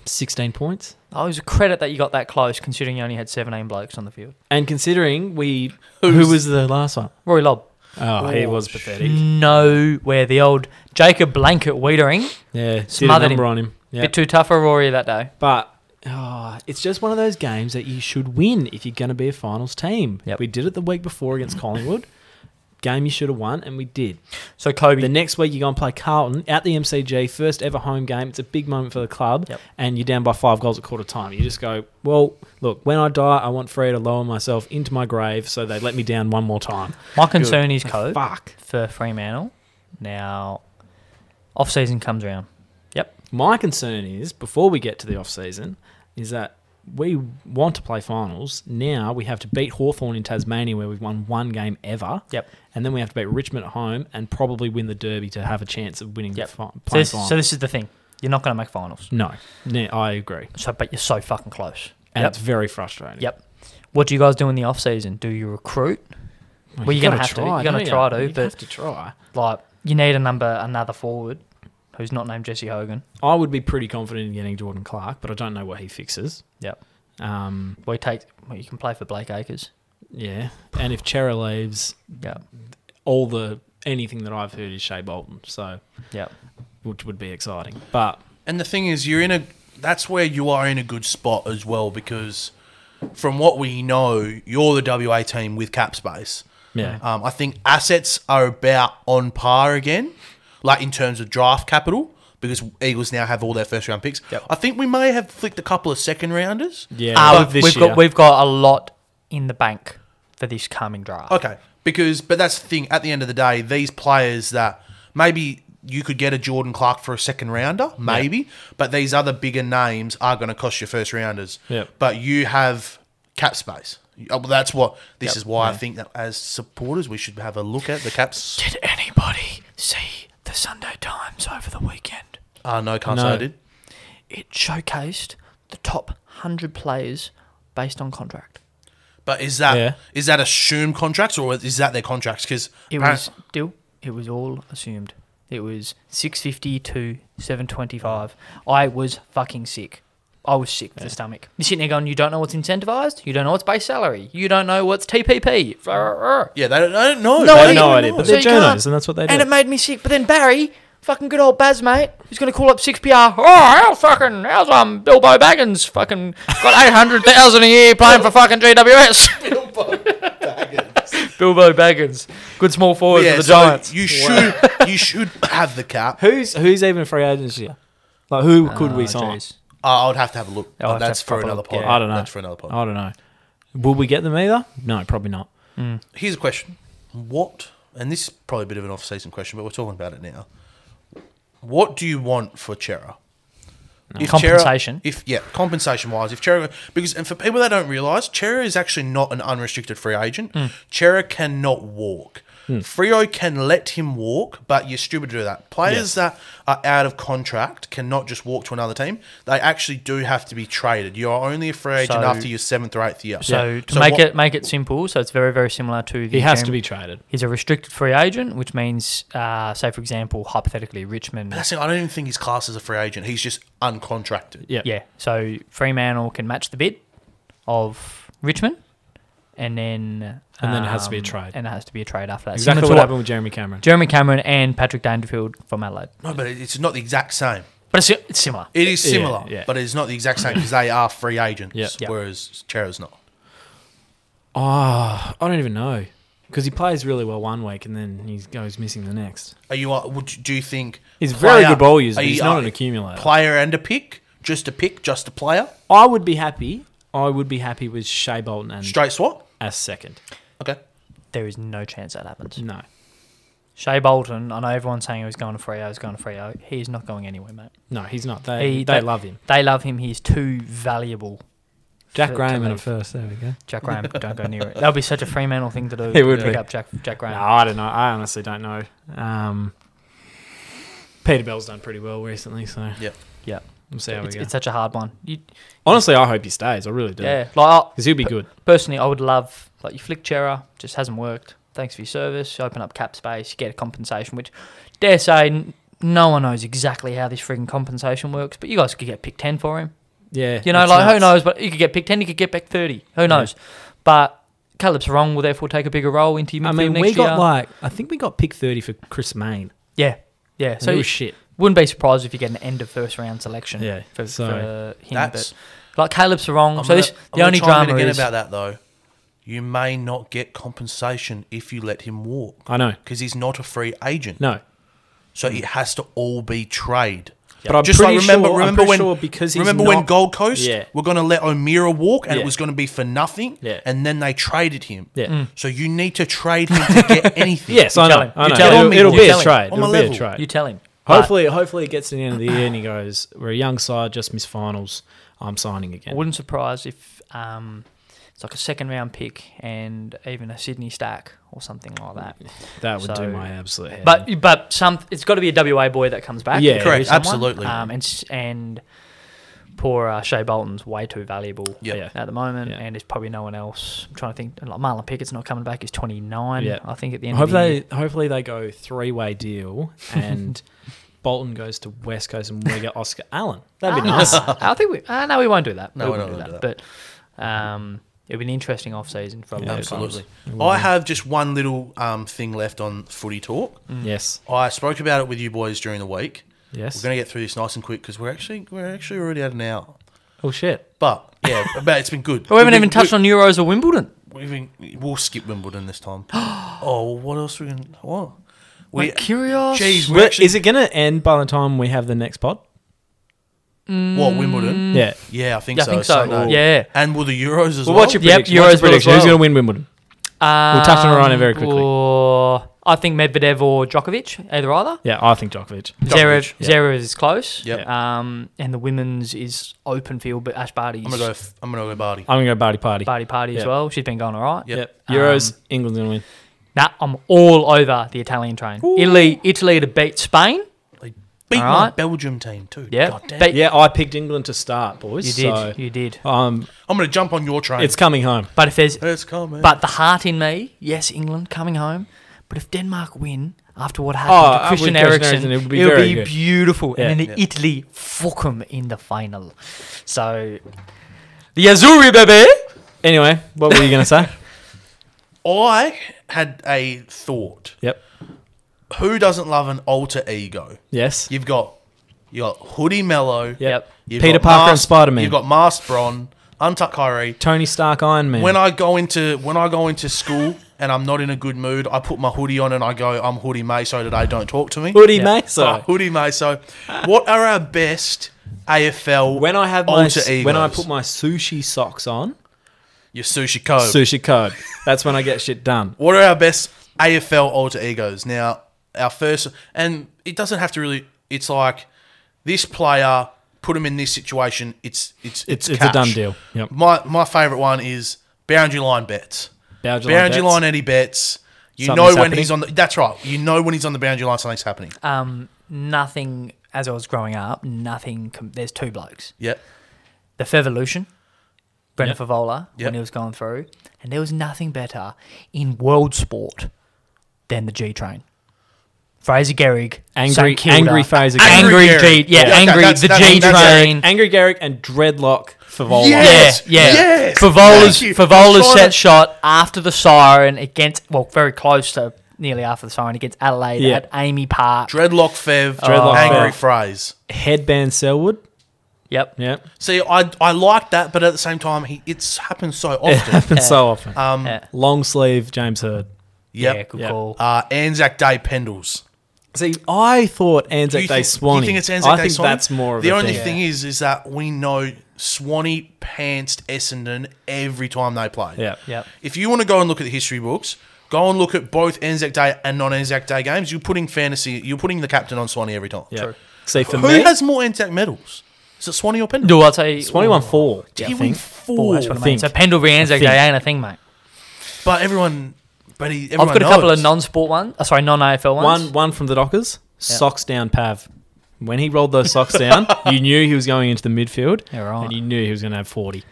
S2: sixteen points.
S5: Oh, it was a credit that you got that close, considering you only had seventeen blokes on the field.
S2: And considering we,
S4: Who's-
S2: who was the last one?
S5: Rory Lobb,
S2: Oh, he was pathetic.
S5: nowhere. The old Jacob Blanket Wiedering,
S2: Yeah, did a
S5: Smothered
S2: number
S5: him.
S2: on him. Yeah,
S5: bit too tough for Rory that day.
S2: but oh, it's just one of those games that you should win if you're going to be a finals team.
S5: Yep.
S2: We did it the week before against Collingwood. Game you should have won, and we did.
S5: So Kobe,
S2: The next week you go and play Carlton at the MCG, first ever home game. It's a big moment for the club,
S5: Yep.
S2: and you're down by five goals at quarter time. You just go, well, look, when I die, I want Free to lower myself into my grave so they let me down one more time.
S5: my concern is Kobe
S2: Fuck.
S5: for Fremantle. Now, off season comes around. Yep.
S2: My concern is before we get to the off season, is that we want to play finals. Now we have to beat Hawthorn in Tasmania, where we've won one game ever.
S5: Yep.
S2: And then we have to beat Richmond at home and probably win the Derby to have a chance of winning
S5: Yep.
S2: the fi-
S5: So
S2: playing
S5: this,
S2: finals.
S5: so this is the thing. You're not going to make finals.
S2: no, no, I agree.
S5: So, but you're so fucking close.
S2: And
S5: yep.
S2: it's very frustrating.
S5: Yep. What do you guys do in the off season? Do you recruit? Well, you're gonna
S2: gotta
S5: have to. You're gonna
S2: don't
S5: try to,
S2: You
S5: but-
S2: have to try.
S5: Like you need a number another forward who's not named Jesse Hogan.
S2: I would be pretty confident in getting Jordan Clark, but I don't know what he fixes.
S5: Yep.
S2: Um,
S5: Well, you take. Well, you can play for Blake Acres.
S2: yeah, and if Chera leaves,
S5: Yeah.
S2: all the anything that I've heard is Shea Bolton, so
S5: Yeah.
S2: which would be exciting. But
S4: And the thing is, you're in a. That's where you are in a good spot as well because, from what we know, you're the WA team with cap space.
S2: yeah, Uh,
S4: Um, I think assets are about on par again, like in terms of draft capital, because Eagles now have all their first round picks. I think we may have flicked a couple of second rounders.
S2: yeah,
S5: Uh,
S2: but
S5: we've
S2: this year-
S5: got we've got a lot in the bank for this coming draft.
S4: Okay. Because, but that's the thing. At the end of the day, these players that maybe you could get a Jordan Clark for a second rounder, maybe, but these other bigger names are going to cost you first rounders.
S2: Yep.
S4: But you have cap space. Oh, well, that's what. This is why I think that as supporters, we should have a look at the caps.
S5: Did anybody see the Sunday Times over the weekend?
S4: Ah, no, can't say I
S2: No.
S4: did.
S5: It showcased the top hundred players based on contract.
S4: But is that is
S2: Yeah.
S4: that assumed contracts or is that their contracts? Because
S5: It was still. It was all assumed. It was six fifty to seven twenty five. I was fucking sick. I was sick to the stomach. You're sitting there going, you don't know what's incentivized. You don't know what's base salary. You don't know what's TPP.
S4: yeah, they don't, I don't
S5: No,
S4: know.
S2: They
S5: I
S2: have
S5: don't
S2: no
S5: even
S2: idea,
S5: know.
S2: but
S5: So
S2: they're
S5: you can't-
S2: journalists, and that's what they do.
S5: And it made me sick. But then Barry, fucking good old Baz, mate, who's going to call up 6PR. Oh, how fucking, how's um, Bilbo Baggins fucking got 800,000 a year playing for fucking GWS? Bilbo Baggins. Bilbo Baggins. Good small forward
S4: Yeah,
S5: for the
S4: so
S5: Giants.
S4: you should you should have the cap.
S2: who's who's even a free agent this year? Like who could we
S5: Oh,
S2: sign?
S5: jeez.
S4: Uh, I would have to have a look.
S5: I'll have
S4: But
S5: to
S4: that's
S5: have a
S4: for
S5: proper
S4: another
S5: look,
S4: pod.
S5: yeah.
S2: I don't know.
S4: That's for another pod.
S2: I don't know. Will we get them either? No, probably not.
S4: Here's a question: What? And this is probably a bit of an off-season question, but we're talking about it now. What do you want for Chera? If Chera-
S5: Compensation.
S4: if yeah, compensation wise, if Chera because and for people that don't realise, Chera is actually not an unrestricted free agent.
S5: Hmm.
S4: Chera cannot walk. Frio can let him walk, but you're stupid to do that. Players that are out of contract cannot just walk to another team. They actually do have to be traded. You are only a free agent
S5: So-
S4: after your seventh or eighth year.
S5: So
S4: Yeah.
S5: to make
S4: what-
S5: it make it simple, so it's very very similar to the.
S2: He has
S5: Jeremy-
S2: to be traded.
S5: He's a restricted free agent, which means, uh, say for example, hypothetically, Richmond.
S4: That's it. I don't even think he's classed as a free agent. He's just uncontracted.
S2: Yeah.
S5: Yeah. So Fremantle can match the bid of Richmond, and then
S2: Um, And then it has to be a trade.
S5: And it has to be a trade after that.
S2: Exactly
S5: Similar
S2: what
S5: to
S2: happened with Jeremy Cameron.
S5: Jeremy Cameron and Patrick Dangerfield from Adelaide,
S4: No, but it's not the exact same.
S5: but it's, it's similar.
S4: It is
S2: Yeah,
S4: similar,
S2: yeah.
S4: but it's not the exact same because they are free agents,
S2: Yeah.
S5: Yeah.
S4: whereas Chera's not.
S2: Oh, I don't even know. because he plays really well one week and then he goes missing the next.
S4: Are you? uh, Would you- do you think
S2: He's a very good ball user, but he's not an accumulator.
S4: Player and a pick, just a pick, just a player,
S2: I would be happy. I would be happy with Shea Bolton and
S4: straight swap.
S2: as second.
S4: Okay,
S5: There is no chance that happens.
S2: No,
S5: Shea Bolton, I know everyone's saying he was going to Freo, he's going to Freo. He is not going anywhere, mate.
S2: no, he's not. They
S5: He,
S2: they love him.
S5: They love him. He is too valuable.
S2: Jack
S5: to-
S2: Graham
S5: to
S2: in a
S5: leave.
S2: first. There we go.
S5: Jack Graham, don't go near it. That would be such a Fremantle thing to do.
S2: It would
S5: to pick
S2: be.
S5: up Jack, Jack Graham.
S2: No, I don't know. I honestly don't know. Um, Peter Bell's done pretty well recently, so
S4: yeah.
S5: Yeah.
S2: we'll see how
S5: It's,
S2: we go.
S5: it's such a hard one. You,
S2: honestly, I hope he stays. I really do.
S5: yeah. Like, I-
S2: because he'll be good.
S5: personally, I would love like you flick Chera, just hasn't worked. Thanks for your service. You open up cap space, you get a compensation, which dare say n- no one knows exactly how this frigging compensation works, but you guys could get pick ten for him.
S2: Yeah,
S5: You know,
S2: it's
S5: like who
S2: nuts.
S5: knows? But you could get pick ten, you could get back thirty. Who knows? But Caleb Sarong will therefore take a bigger role into your midfield
S2: I mean,
S5: next
S2: we got
S5: year.
S2: like I think we got pick thirty for Chris Main.
S5: yeah, yeah.
S2: So
S5: So you
S2: shit.
S5: wouldn't be surprised if you get an end of first round selection.
S2: Yeah,
S5: for,
S2: so
S5: for him.
S4: that's-
S5: But, like Caleb Sarong.
S4: I'm
S5: so
S4: gonna-
S5: this,
S4: I'm
S5: the
S4: gonna
S5: only
S4: chime in
S5: drama
S4: again
S5: is
S4: about that though. You may not get compensation if you let him walk
S2: I know.
S4: because he's not a free agent.
S2: No,
S4: So it has to all be trade.
S2: But I'm
S4: just like
S2: pretty
S4: remember,
S2: sure- I'm
S4: remember
S2: pretty
S4: when
S2: sure because he's
S4: remember when
S2: not-
S4: Gold Coast
S2: Yeah.
S4: were going to let O'Meara walk and
S2: Yeah.
S4: it was going to be for nothing,
S2: Yeah.
S4: and then they traded him.
S2: Yeah. Mm.
S4: So you need to trade him to get anything.
S2: yes, I
S5: tell
S2: know.
S5: him.
S2: I
S5: You
S2: know.
S5: tell
S2: It'll,
S5: him.
S2: it'll
S5: You
S2: be
S5: tell
S2: a
S5: him.
S2: trade.
S4: On my
S2: It'll be a
S4: level.
S2: trade.
S5: you tell him. But-
S2: Hopefully, hopefully it gets to the end of the year and he goes, "We're a young side, just missed finals. I'm signing
S5: I
S2: again."
S5: wouldn't surprise if um, it's like a second round pick and even a Sydney stack or something like that.
S2: that would
S5: So-
S2: do my absolute head. in.
S5: But but some it's got to be a WA boy that comes back.
S2: Yeah,
S5: There is
S4: correct,
S5: someone.
S4: absolutely.
S5: Um, and s- and poor uh, Shea Bolton's way too valuable
S4: Yeah.
S5: at the moment,
S2: Yeah.
S5: and there's probably no one else. I'm trying to think. Like Marlon Pickett's not coming back. He's 29,
S2: Yeah.
S5: I think. At the
S2: I
S5: end,
S2: hope
S5: of the
S2: they
S5: year.
S2: hopefully they go three way deal and Bolton goes to West Coast and we get Oscar Allen. That'd be nice.
S5: Ah, I think we. Uh, no, we won't do that.
S4: No,
S5: we
S4: we're
S5: won't
S4: not
S5: do
S4: gonna
S5: that. But um, it'll be an interesting off season for a lot of
S4: Absolutely.
S5: clubs.
S4: I have just one little um, thing left on footy talk.
S2: Yes.
S4: I spoke about it with you boys during the week.
S2: Mm. Yes.
S4: We're going to get through this nice and quick because we're actually we're actually already at an hour.
S2: oh shit.
S4: But yeah, but it's been good.
S5: We haven't even touched on Euros or Wimbledon.
S4: We've been, we'll skip Wimbledon this time. oh, well, what else we can? What? We,
S5: Like Kyrgios.
S4: Jeez, we
S2: Well,
S4: actually.
S2: is it going to end by the time we have the next pod?
S4: what
S5: Mm.
S4: Wimbledon?
S2: Yeah.
S4: Yeah, I think
S5: Yeah, I
S4: so.
S5: think so.
S4: Sunday.
S5: Yeah.
S4: and will the Euros as well.
S2: Well, what's your
S5: Yep,
S2: prediction? What's
S5: Euros
S2: your
S5: will as Um,
S2: prediction? Who's
S5: well.
S2: going to win Wimbledon? We'll touch on Ryan very quickly.
S5: Or I think Medvedev or Djokovic, either either.
S2: Yeah, I think Djokovic.
S5: Zverev,
S2: yeah.
S5: Zverev is close.
S4: Yep.
S5: Um, and the women's is open field, but Ash Barty.
S4: I'm gonna go. f- I'm gonna go Barty.
S2: I'm going to go Barty Party.
S5: Barty Party as
S2: Yeah.
S5: well. She's been going all right.
S4: Yep.
S2: Yep.
S5: Um,
S2: Euros, England's going to win.
S5: Nah, I'm all over the Italian train. Italy, Italy to beat Spain.
S4: They beat my
S5: Alright.
S4: Belgium team too.
S5: Yeah.
S4: God damn.
S5: Beat-
S2: Yeah, I picked England to start, boys.
S5: You did.
S2: So,
S5: you did.
S2: um,
S4: I'm gonna jump on your train.
S2: it's coming home.
S5: But if there's,
S4: it's coming.
S5: but the heart in me, yes, England coming home. But if Denmark win after what happened
S2: Oh,
S5: to
S2: uh,
S5: Christian
S2: with Christian
S5: Eriksen,
S2: Eriksen, it would be
S5: it'll
S2: very
S5: be
S2: good.
S5: beautiful.
S2: Yeah.
S5: and then Italy fuck 'em in the final. So the Azzurri, baby.
S2: Anyway, what were you going to say?
S4: I had a thought.
S2: Yep.
S4: Who doesn't love an alter ego?
S2: Yes.
S4: You've got you got Hoodie Mello.
S5: Yep.
S4: You've
S2: Peter
S4: got
S2: Parker and
S4: Mas-
S2: Spider-Man.
S4: You've got Mask Bron, Untuck Kyrie.
S2: Tony Stark, Iron Man.
S4: When I go into when I go into school and I'm not in a good mood, I put my hoodie on and I go, "I'm hoodie Meso today. Don't talk to me."
S2: Hoodie
S5: Yeah.
S2: Mesa.
S4: Oh, hoodie Meso. What are our best AFL?
S2: When I have my
S4: alter egos?
S2: when I put my sushi socks on,
S4: your sushi code.
S2: sushi code. That's when I get shit done.
S4: What are our best AFL alter egos? Now, our first, and it doesn't have to really. It's like this player put him in this situation. It's it's it's,
S2: It's- it's a
S4: cash.
S2: done deal. Yep.
S4: My my favorite one is boundary line bets.
S2: Boundary line
S4: Boundary
S2: bets.
S4: line, any bets. You know when
S2: Something's happening. Uh,
S4: he's on the. That's right. You know when he's on the boundary line, something's happening.
S5: Um, nothing. As I was growing up, nothing. Com- there's two blokes.
S4: yep.
S5: The Fevolution, Brendan
S2: Yep.
S5: Favola,
S4: Yep.
S5: when he was going through, and there was nothing better in world sport than the G Train. Fraser Gehrig,
S2: Angry-
S5: St. Kilda,
S2: angry Fraser
S5: angry G,
S4: Gehrig.
S5: yeah,
S4: Yeah, okay,
S5: angry
S4: that's-
S5: the
S4: that's-
S5: G
S4: that's
S5: Train.
S2: Angry Garrick and Dreadlock Favola.
S5: Yeah,
S4: Yes,
S5: yeah.
S4: yes,
S5: Favola's,
S4: thank you.
S5: Favola's
S4: I'm trying
S5: set
S4: to-
S5: shot after the siren against, well, very close to nearly after the siren against Adelaide
S2: Yeah.
S5: at Amy Park.
S4: Dreadlock Fev.
S2: Dreadlock
S4: angry
S2: Fev.
S4: phrase.
S2: Headband Selwood.
S5: yep.
S2: Yeah.
S4: See, I I like that, but at the same time, he it's happened so often.
S2: Happens so often.
S4: Um,
S5: Yeah.
S2: Long sleeve James Hurd.
S4: Yep.
S5: Yeah, good
S2: Yep.
S5: call.
S4: Uh, Anzac Day Pendles.
S2: See, I thought
S4: Do
S2: Anzac
S4: you
S2: Day
S4: think-
S2: Swanee.
S4: You think it's Anzac
S2: I
S4: Day
S2: think
S4: Swanee?
S2: that's more of
S4: the
S2: a
S4: only
S2: thing.
S4: thing is is that we know Swanee pantsed Essendon every time they play.
S2: Yeah.
S5: Yep.
S4: If you want to go and look at the history books, go and look at both Anzac Day and non-Anzac Day games. You're putting fantasy. You're putting the captain on Swanee every time.
S2: Yeah. See, for
S4: Who
S2: me,
S4: has more Anzac medals? Is it Swanee or Pendle?
S5: Do I say
S2: Swanee won four.
S4: Did
S2: I
S4: he
S2: think.
S4: win four?
S5: That's what I mean.
S2: think.
S5: So Pendle v Anzac Day
S2: think.
S5: ain't a thing, mate.
S4: But everyone, but he,
S5: I've
S4: everyone
S5: got a couple
S4: knows.
S5: of non-sport ones. Uh, sorry, non-AFL ones.
S2: One, one from the Dockers. Socks down, Pav. When he rolled those socks down, you knew he was going into the midfield,
S5: Yeah, right.
S2: and you knew he was going to have forty.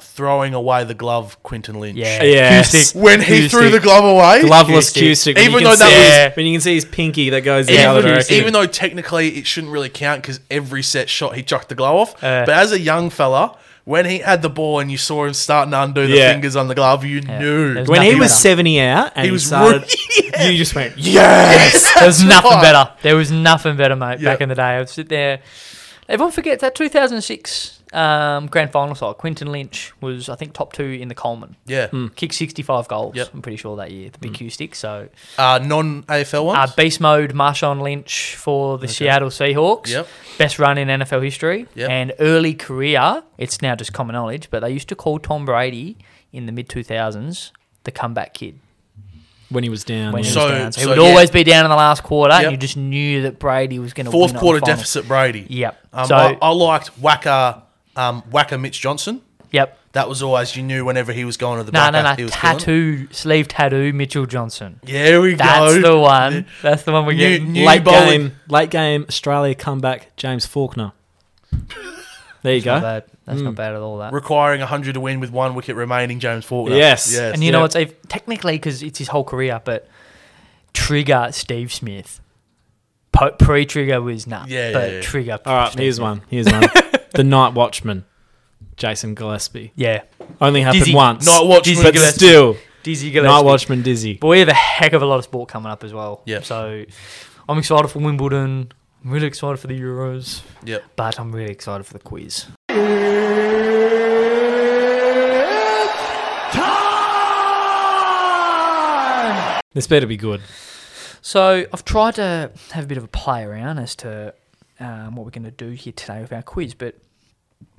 S4: throwing away the glove, Quinton Lynch.
S5: Yeah.
S2: Yes.
S5: Q stick.
S4: When he
S5: Q
S4: threw the
S5: stick.
S4: glove away,
S2: Gloveless
S5: Q-stick.
S2: Q stick. when
S4: Even
S2: you can
S4: though that
S2: see
S4: was-
S2: his- when you can see his pinky that goes the other
S4: even,
S2: direction.
S4: even though technically it shouldn't really count because every set shot he chucked the glove off.
S5: Uh,
S4: but as a young fella, when he had the ball and you saw him starting to undo the
S2: Yeah.
S4: fingers on the glove, you knew.
S5: There's
S2: when he
S5: Nothing
S2: was
S5: better.
S2: seventy out, and he
S4: was
S2: was started,
S4: really-
S2: you just went.
S5: Yes, there was nothing
S4: right.
S5: better. There was nothing better, mate.
S4: Yeah.
S5: Back in the day, I'd sit there. Everyone forgets that 2006 um, grand final side. Quinton Lynch was, I think, top two in the Coleman.
S4: yeah.
S5: Kicked 65 goals.
S4: Yep. Mm.
S5: I'm pretty sure that year. The big Q stick. So
S4: Uh, non AFL
S5: uh,
S4: ones.
S5: beast mode, Marshawn Lynch for the Seattle Seahawks.
S4: Yep.
S5: Best run in NFL history.
S4: Yep.
S5: And early career, it's now just common knowledge, but they used to call Tom Brady in the mid 2000s the comeback kid.
S2: When he was down,
S5: When
S2: yeah.
S5: he
S4: So-
S5: was down. So,
S4: so,
S5: he would
S4: Oh, yeah.
S5: always be down in the last quarter,
S4: Yep.
S5: and you just knew that Brady was going to
S4: Fourth quarter deficit, Brady.
S5: Yep.
S4: Um,
S5: So-
S4: I, I liked Wacker, um, Wacker Mitch Johnson.
S5: Yep.
S4: That was always you knew whenever he was going to the
S5: No,
S4: back
S5: no, no.
S4: after he was killing.
S5: Tattoo, sleeve tattoo, Mitchell Johnson.
S4: Yeah, we
S5: That's
S4: go.
S5: the one. That's the one we
S4: New-
S5: get.
S4: new
S2: late
S4: bowling.
S2: game, late game, Australia comeback. James Faulkner. There you
S5: Not
S2: go.
S5: bad. That's
S4: Mm.
S5: not bad at all. That.
S4: requiring 100 to win with one wicket remaining, James Faulkner.
S2: Yes.
S4: Yes.
S5: And you know
S2: Yeah.
S5: what's ev- technically because it's his whole career, but trigger Steve Smith. Po- Pre-trigger was nah,
S4: Yeah, yeah,
S5: but
S4: yeah.
S5: trigger.
S2: All right,
S5: Steve
S2: here's
S5: Smith.
S2: one. Here's one. the Night Watchman, Jason Gillespie.
S5: Yeah,
S2: Only happened
S5: Dizzy.
S2: once.
S4: Night Watchman.
S2: but
S5: Gillespie.
S2: still,
S5: Dizzy Gillespie.
S2: Night Watchman Dizzy.
S5: But we have a heck of a lot of sport coming up as well.
S4: Yep.
S5: So I'm excited for Wimbledon. I'm really excited for the Euros,
S4: Yep.
S5: but I'm really excited for the quiz.
S2: This better be good.
S5: So I've tried to have a bit of a play around as to um, what we're going to do here today with our quiz, but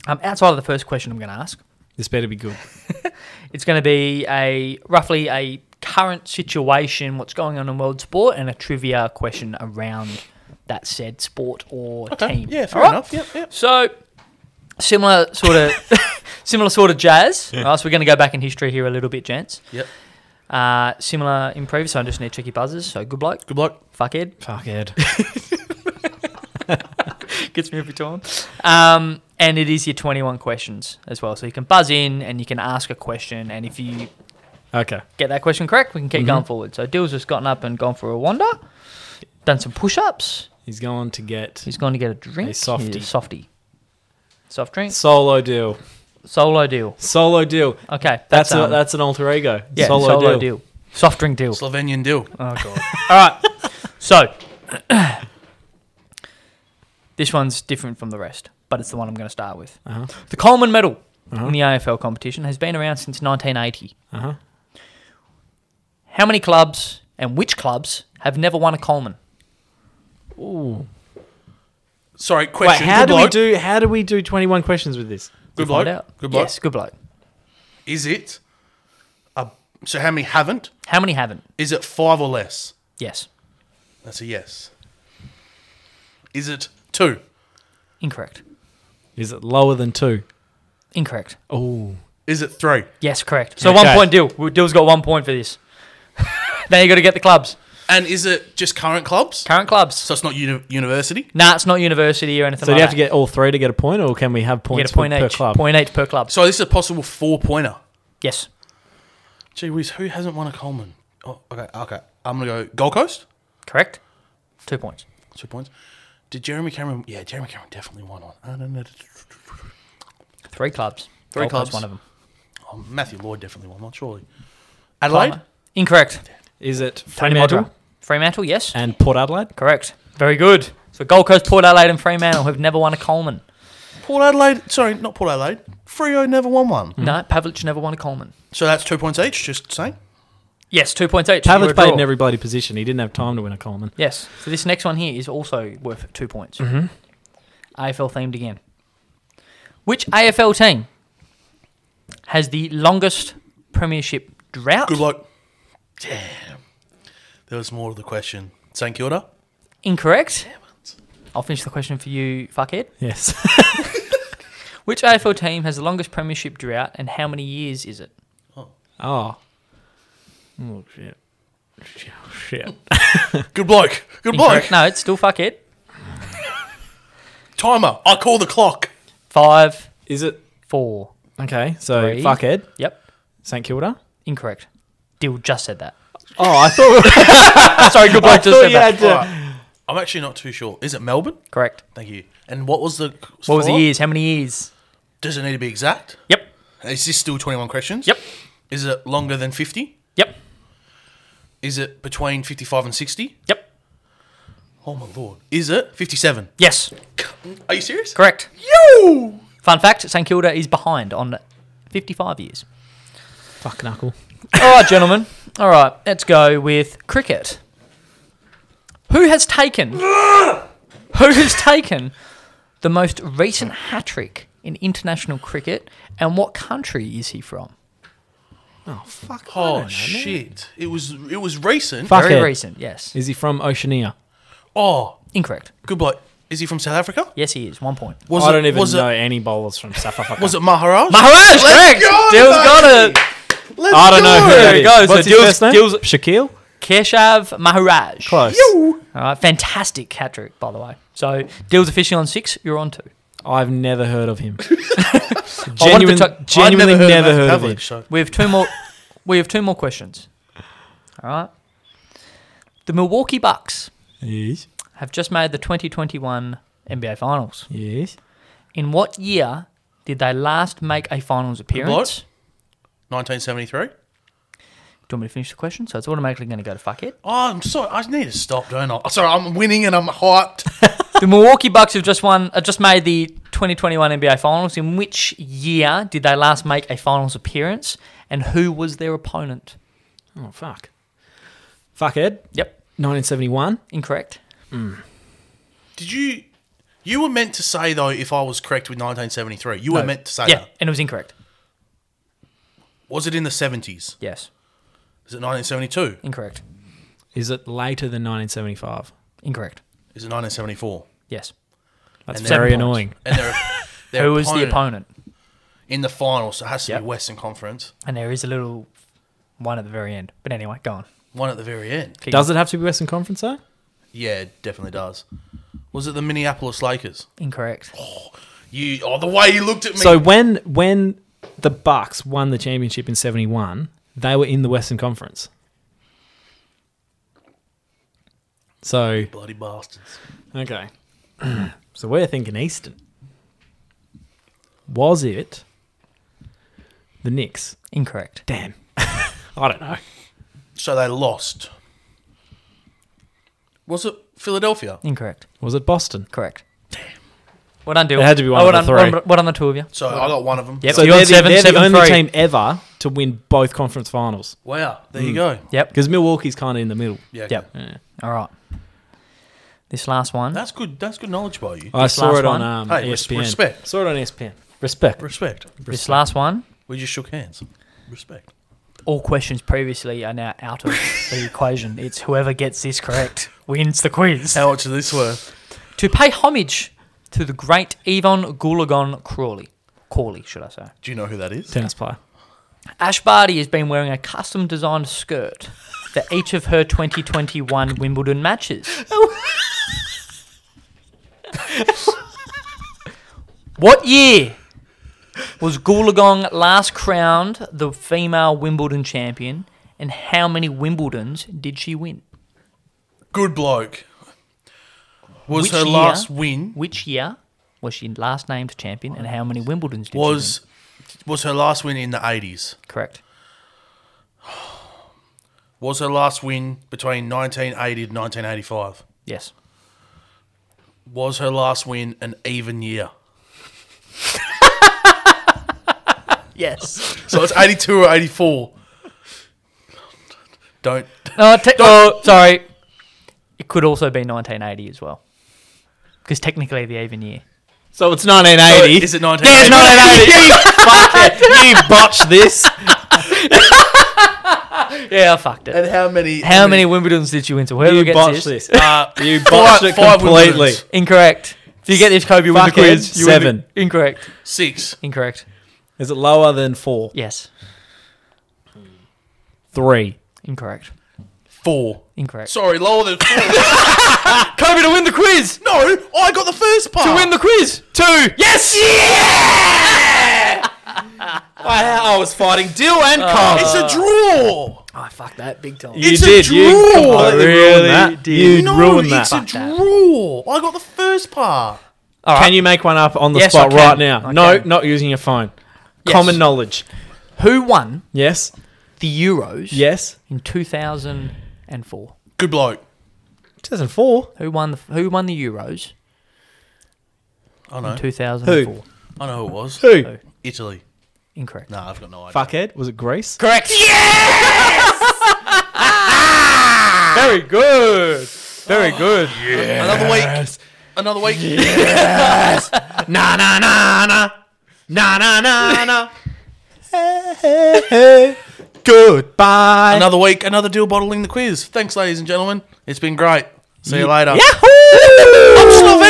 S5: um, outside of the first question I'm going to ask,
S2: This better be good.
S5: It's going to be a roughly a current situation, what's going on in world sport, and a trivia question around that said sport or team.
S4: Yeah, fair
S5: All right?
S4: enough. Yep, yep.
S5: So similar sort of similar sort of jazz. Right, so we're going to go back in history here a little bit, gents.
S4: Yep.
S5: Uh, similar in previous. So I just need to check your buzzers. So good bloke,
S4: Good luck.
S5: fuckhead,
S2: Fuck Ed.
S5: gets me every time. Um, and it is your 21 questions as well. So you can buzz in and you can ask a question. And if you
S2: Okay.
S5: get that question correct, we can
S2: Mm-hmm.
S5: keep going forward. So Dill's just gotten up and gone for a wander, done some push-ups.
S2: He's going to get
S5: He's going to get a drink. He's
S2: softie.
S5: softy. Soft drink.
S2: solo deal.
S5: Solo deal.
S2: Solo deal.
S5: Okay,
S2: That's a,
S5: um,
S2: that's an alter ego.
S5: yeah,
S2: solo, deal. oh,
S5: Soft drink deal.
S4: Slovenian deal.
S5: So this one's different from the rest, but it's the one I'm going to start with.
S2: Uh-huh.
S5: The Coleman Medal in the AFL competition has been around since 1980.
S2: Uh-huh.
S5: How many clubs and which clubs have never won a Coleman?
S4: Sorry,
S2: Wait,
S4: question.
S2: how
S4: good
S2: do we
S4: bloke.
S2: do? How do we do twenty one questions with this?
S4: Good
S5: Find
S4: bloke.
S5: out.
S4: Good bloke.
S5: Yes, good bloke.
S4: Is it? A, so how many haven't?
S5: How many haven't?
S4: Is it five or less?
S5: Yes.
S4: That's a yes. Is it two?
S5: Incorrect.
S2: Is it lower than two?
S5: Incorrect.
S2: Oh,
S4: Is it three?
S5: Yes, correct. So one
S2: Okay.
S5: point deal. Dill's got one point for this. now you got to get the clubs.
S4: And is it just current clubs?
S5: Current clubs.
S4: so it's not uni- university.
S5: nah, it's not university or anything
S2: so do
S5: like
S2: you have to
S5: that.
S2: get all three to get a point, or can we have
S5: You get
S2: points
S5: a point
S2: per
S5: each.
S2: club?
S5: Point each per club.
S4: So this is a possible four pointer.
S5: yes.
S4: Gee whiz, who hasn't won a Coleman? Oh, okay, okay. I'm gonna go Gold Coast.
S5: Correct. Two points.
S4: Two points. Did Jeremy Cameron? Yeah, Jeremy Cameron definitely won one. I don't know.
S5: Three clubs.
S4: Three
S5: Gold Coast,
S4: clubs.
S5: One of them.
S4: Oh, Matthew Lloyd definitely won one. Surely. Adelaide.
S5: Palmer. Incorrect.
S2: Is it
S5: Tony
S2: Fremantle
S5: Modra. Fremantle. Yes.
S2: and Port Adelaide?
S5: correct. Very good. So Gold Coast, Port Adelaide, and Fremantle have never won a Coleman.
S4: Port Adelaide, sorry, not Port Adelaide. Frio never won one.
S2: Hmm.
S5: No, Pavlich never won a Coleman.
S4: So that's two points each, just saying.
S5: Yes, two points each. We're a
S2: Pavlich played
S5: draw.
S2: in every bloody position. He didn't have time to win a Coleman.
S5: Yes. So this next one here is also worth two points. Mm-hmm. AFL themed again. Which AFL team has the longest premiership drought?
S4: Good luck. Damn. There was more to the question. St Kilda?
S5: Incorrect. I'll finish the question for you, fuckhead.
S2: Yes.
S5: Which AFL team has the longest premiership drought, and how many years is it?
S2: oh. Oh shit. Shit, Shit.
S4: Good bloke. Good bloke.
S5: Incorrect. No, it's still fuckhead.
S4: Timer. I call the clock.
S5: Five,
S2: Is it
S5: four.
S2: okay? So
S5: Three.
S2: fuck Ed,
S5: Yep.
S2: St Kilda.
S5: Incorrect. Dill just said that.
S2: Oh, I thought.
S5: Sorry, good bloke just said that.
S4: Alright. I'm actually not too sure. Is it Melbourne?
S5: Correct.
S4: Thank you. And what was the.
S5: What was the
S4: score?
S5: years? How many years?
S4: Does it need to be exact?
S5: Yep.
S4: Is this still 21 questions?
S5: Yep.
S4: Is it longer than 50?
S5: Yep.
S4: Is it between 55 and 60?
S5: Yep.
S4: Oh my lord. Is it 57?
S5: Yes.
S4: Are you serious?
S5: Correct.
S4: Yo!
S5: Fun fact St Kilda is behind on 55 years.
S2: Fuck knuckle.
S5: All right, gentlemen. All right, let's go with cricket. Who has taken? who has taken the most recent hat trick in international cricket, and what country is he from?
S2: Fuck.
S4: Oh shit. It was it was recent.
S2: Fuck
S5: Very
S2: Ed.
S5: recent, yes.
S2: Is he from Oceania?
S4: Oh,
S5: Incorrect.
S4: good bloke. Is he from South Africa?
S5: Yes, he is. One point.
S4: Was
S2: I don't even
S4: was
S2: know
S4: It,
S2: any bowlers from South Africa.
S4: was it Maharaj?
S5: Maharaj, correct.
S4: go,
S5: Dill's got
S4: mate.
S5: it.
S4: Let's
S2: I don't know who
S4: go.
S2: that
S5: There
S2: is.
S5: we go. So
S2: What's
S5: Dill's-
S2: his first name?
S5: Dill's-
S2: Shaquille.
S5: Keshav Maharaj.
S2: Close.
S5: All right, fantastic hat trick, by the way. So, Dill's officially on six. You're on two.
S2: I've never heard of him.
S5: I wanted to
S2: Genuine,
S5: talk-
S4: I'd
S2: genuinely never heard,
S4: Matt
S2: of him.
S4: Pavlich, so-
S5: We have two more. we have two more questions. All right. The Milwaukee Bucks
S2: Yes.
S5: have just made the 2021 NBA Finals.
S2: Yes.
S5: In what year did they last make a finals appearance?
S4: 1973.
S5: Do you want me to finish the question? So it's automatically going to go to fuck it.
S4: Oh, I'm sorry. I need to stop, don't I? Sorry, I'm winning and I'm hyped.
S5: the Milwaukee Bucks have just won. Uh, just made the 2021 NBA Finals. In which year did they last make a finals appearance? And who was their opponent?
S2: Oh fuck. Fuck Ed.
S5: Yep,
S2: 1971.
S5: incorrect.
S4: Did you? You were meant to say though, if I was correct with 1973, you were meant to say
S5: Yeah,
S4: that.
S5: and it was incorrect.
S4: Was it in the 70s?
S5: Yes,
S4: Is it 1972?
S5: incorrect.
S2: Is it later than 1975?
S5: Incorrect.
S4: Is it 1974?
S5: Yes.
S2: That's
S4: And
S2: very
S5: then-
S2: annoying.
S4: And their, their
S5: Who was the opponent?
S4: in the final? So it has to
S5: Yep.
S4: be Western Conference.
S5: And there is a little one at the very end. But anyway, go on.
S4: One at the very end.
S5: Keep
S2: Does it have to be Western Conference though?
S4: Yeah, it definitely does. Was it the Minneapolis Lakers?
S5: Incorrect.
S4: You oh the way you looked at me.
S2: So when when the Bucks won the championship in 71, they were in the Western Conference. So
S4: bloody bastards.
S2: okay. so we're thinking Eastern. Was it the Knicks?
S5: Incorrect.
S2: Damn. I don't know.
S4: So they lost. Was it Philadelphia?
S5: Incorrect.
S2: Was it Boston?
S5: Correct. Damn. Well done, Dill.
S2: It had to be one
S5: well done,
S2: of the three.
S5: Well done, well done the two of you.
S4: So I got one of them.
S5: Yep.
S2: So
S5: you're on
S2: they're, the,
S5: seven,
S2: they're the
S5: seven,
S2: only
S5: three.
S2: team ever to win both conference finals
S4: Wow. There you go.
S5: Yep.
S2: because Milwaukee's kind of in the middle.
S4: Yeah. okay.
S5: Yep. All right. This last one.
S4: That's good. That's good knowledge by you.
S2: I saw
S5: last
S2: it on
S5: one.
S2: um,
S4: Hey, res-
S2: ESPN.
S4: respect.
S2: Saw it on E ESPN. Respect.
S4: Respect.
S5: This last one.
S4: We just shook hands. Respect.
S5: All questions previously are now out of the equation. It's whoever gets this correct wins the quiz.
S4: How much is this worth?
S5: to pay homage to the great Yvonne Goolagong Crawley. Crawley, should I say.
S4: Do you know who that is?
S2: Tennis player.
S5: Ash Barty has been wearing a custom designed skirt for each of her 2021 Wimbledon matches. what year was Goolagong last crowned the female Wimbledon champion, and how many Wimbledons did she win?
S4: Good bloke. Was
S5: Which
S4: her
S5: year-
S4: last win
S5: Which year was she last named champion, and how many Wimbledons did she
S4: was was her last win in the eighties?
S5: win? Correct.
S4: Was her last win between nineteen eighty and nineteen eighty five?
S5: Yes.
S4: Was her last win an even year?
S5: Yes.
S4: So it's 82 or 84. Don't.
S5: Oh, te- oh, sorry. It could also be 1980 as well. Because technically the even year.
S2: So it's 1980.
S4: Is it 1980?
S2: Yeah, it's 1980. Fuck it. You botched this.
S5: Yeah, I fucked it.
S4: And how many?
S5: How many Wimbledons did you win? So whoever
S2: You
S5: gets
S2: botched
S5: this,
S2: this.
S4: Uh,
S2: You botched it completely.
S4: Wimbledons.
S5: Incorrect. If you get this, Kobe, you win the
S2: Fuck it.
S5: quiz. You win the-
S2: Seven.
S5: incorrect.
S4: Six.
S5: Incorrect.
S2: Is it lower than four?
S5: Yes.
S2: Three.
S5: Incorrect.
S4: Four.
S5: Incorrect.
S4: Sorry, lower than four.
S5: Kobe to win the quiz.
S4: no, I got the first part.
S5: To win the quiz. Two.
S4: Yes! Yeah!
S2: I, I was fighting Dill and Cobb.
S4: it's a draw.
S5: Oh, fuck that big time.
S2: you
S4: it's a
S2: did. You
S4: draw.
S2: completely
S5: I
S2: ruined
S5: really
S2: that.
S5: did.
S2: You
S4: No,
S2: ruined that.
S4: it's a draw. I got the first part.
S2: Can you make one up on the
S5: Yes,
S2: spot
S5: I can.
S2: right now?
S5: I
S2: no,
S5: can.
S2: not using your phone.
S5: Yes.
S2: Common knowledge.
S5: Who won
S2: Yes.
S5: the Euros
S2: Yes.
S5: in 2004?
S4: Good bloke.
S2: 2004.
S5: Who won the Who won the Euros
S4: I
S5: in
S4: know.
S5: 2004?
S4: I know who it was.
S2: Who?
S4: Italy.
S5: Incorrect.
S4: Nah, I've got no idea.
S2: Fuckhead. Was it Greece?
S5: Correct. Yeah.
S2: Very good. Very good.
S4: Another week. Another week.
S2: Na na na na. Na na na na. Hey, hey, hey. Goodbye.
S4: Another week. Another deal bottling the quiz. Thanks, ladies and gentlemen. It's been great. See you later.
S2: Yahoo!
S4: Slovakia!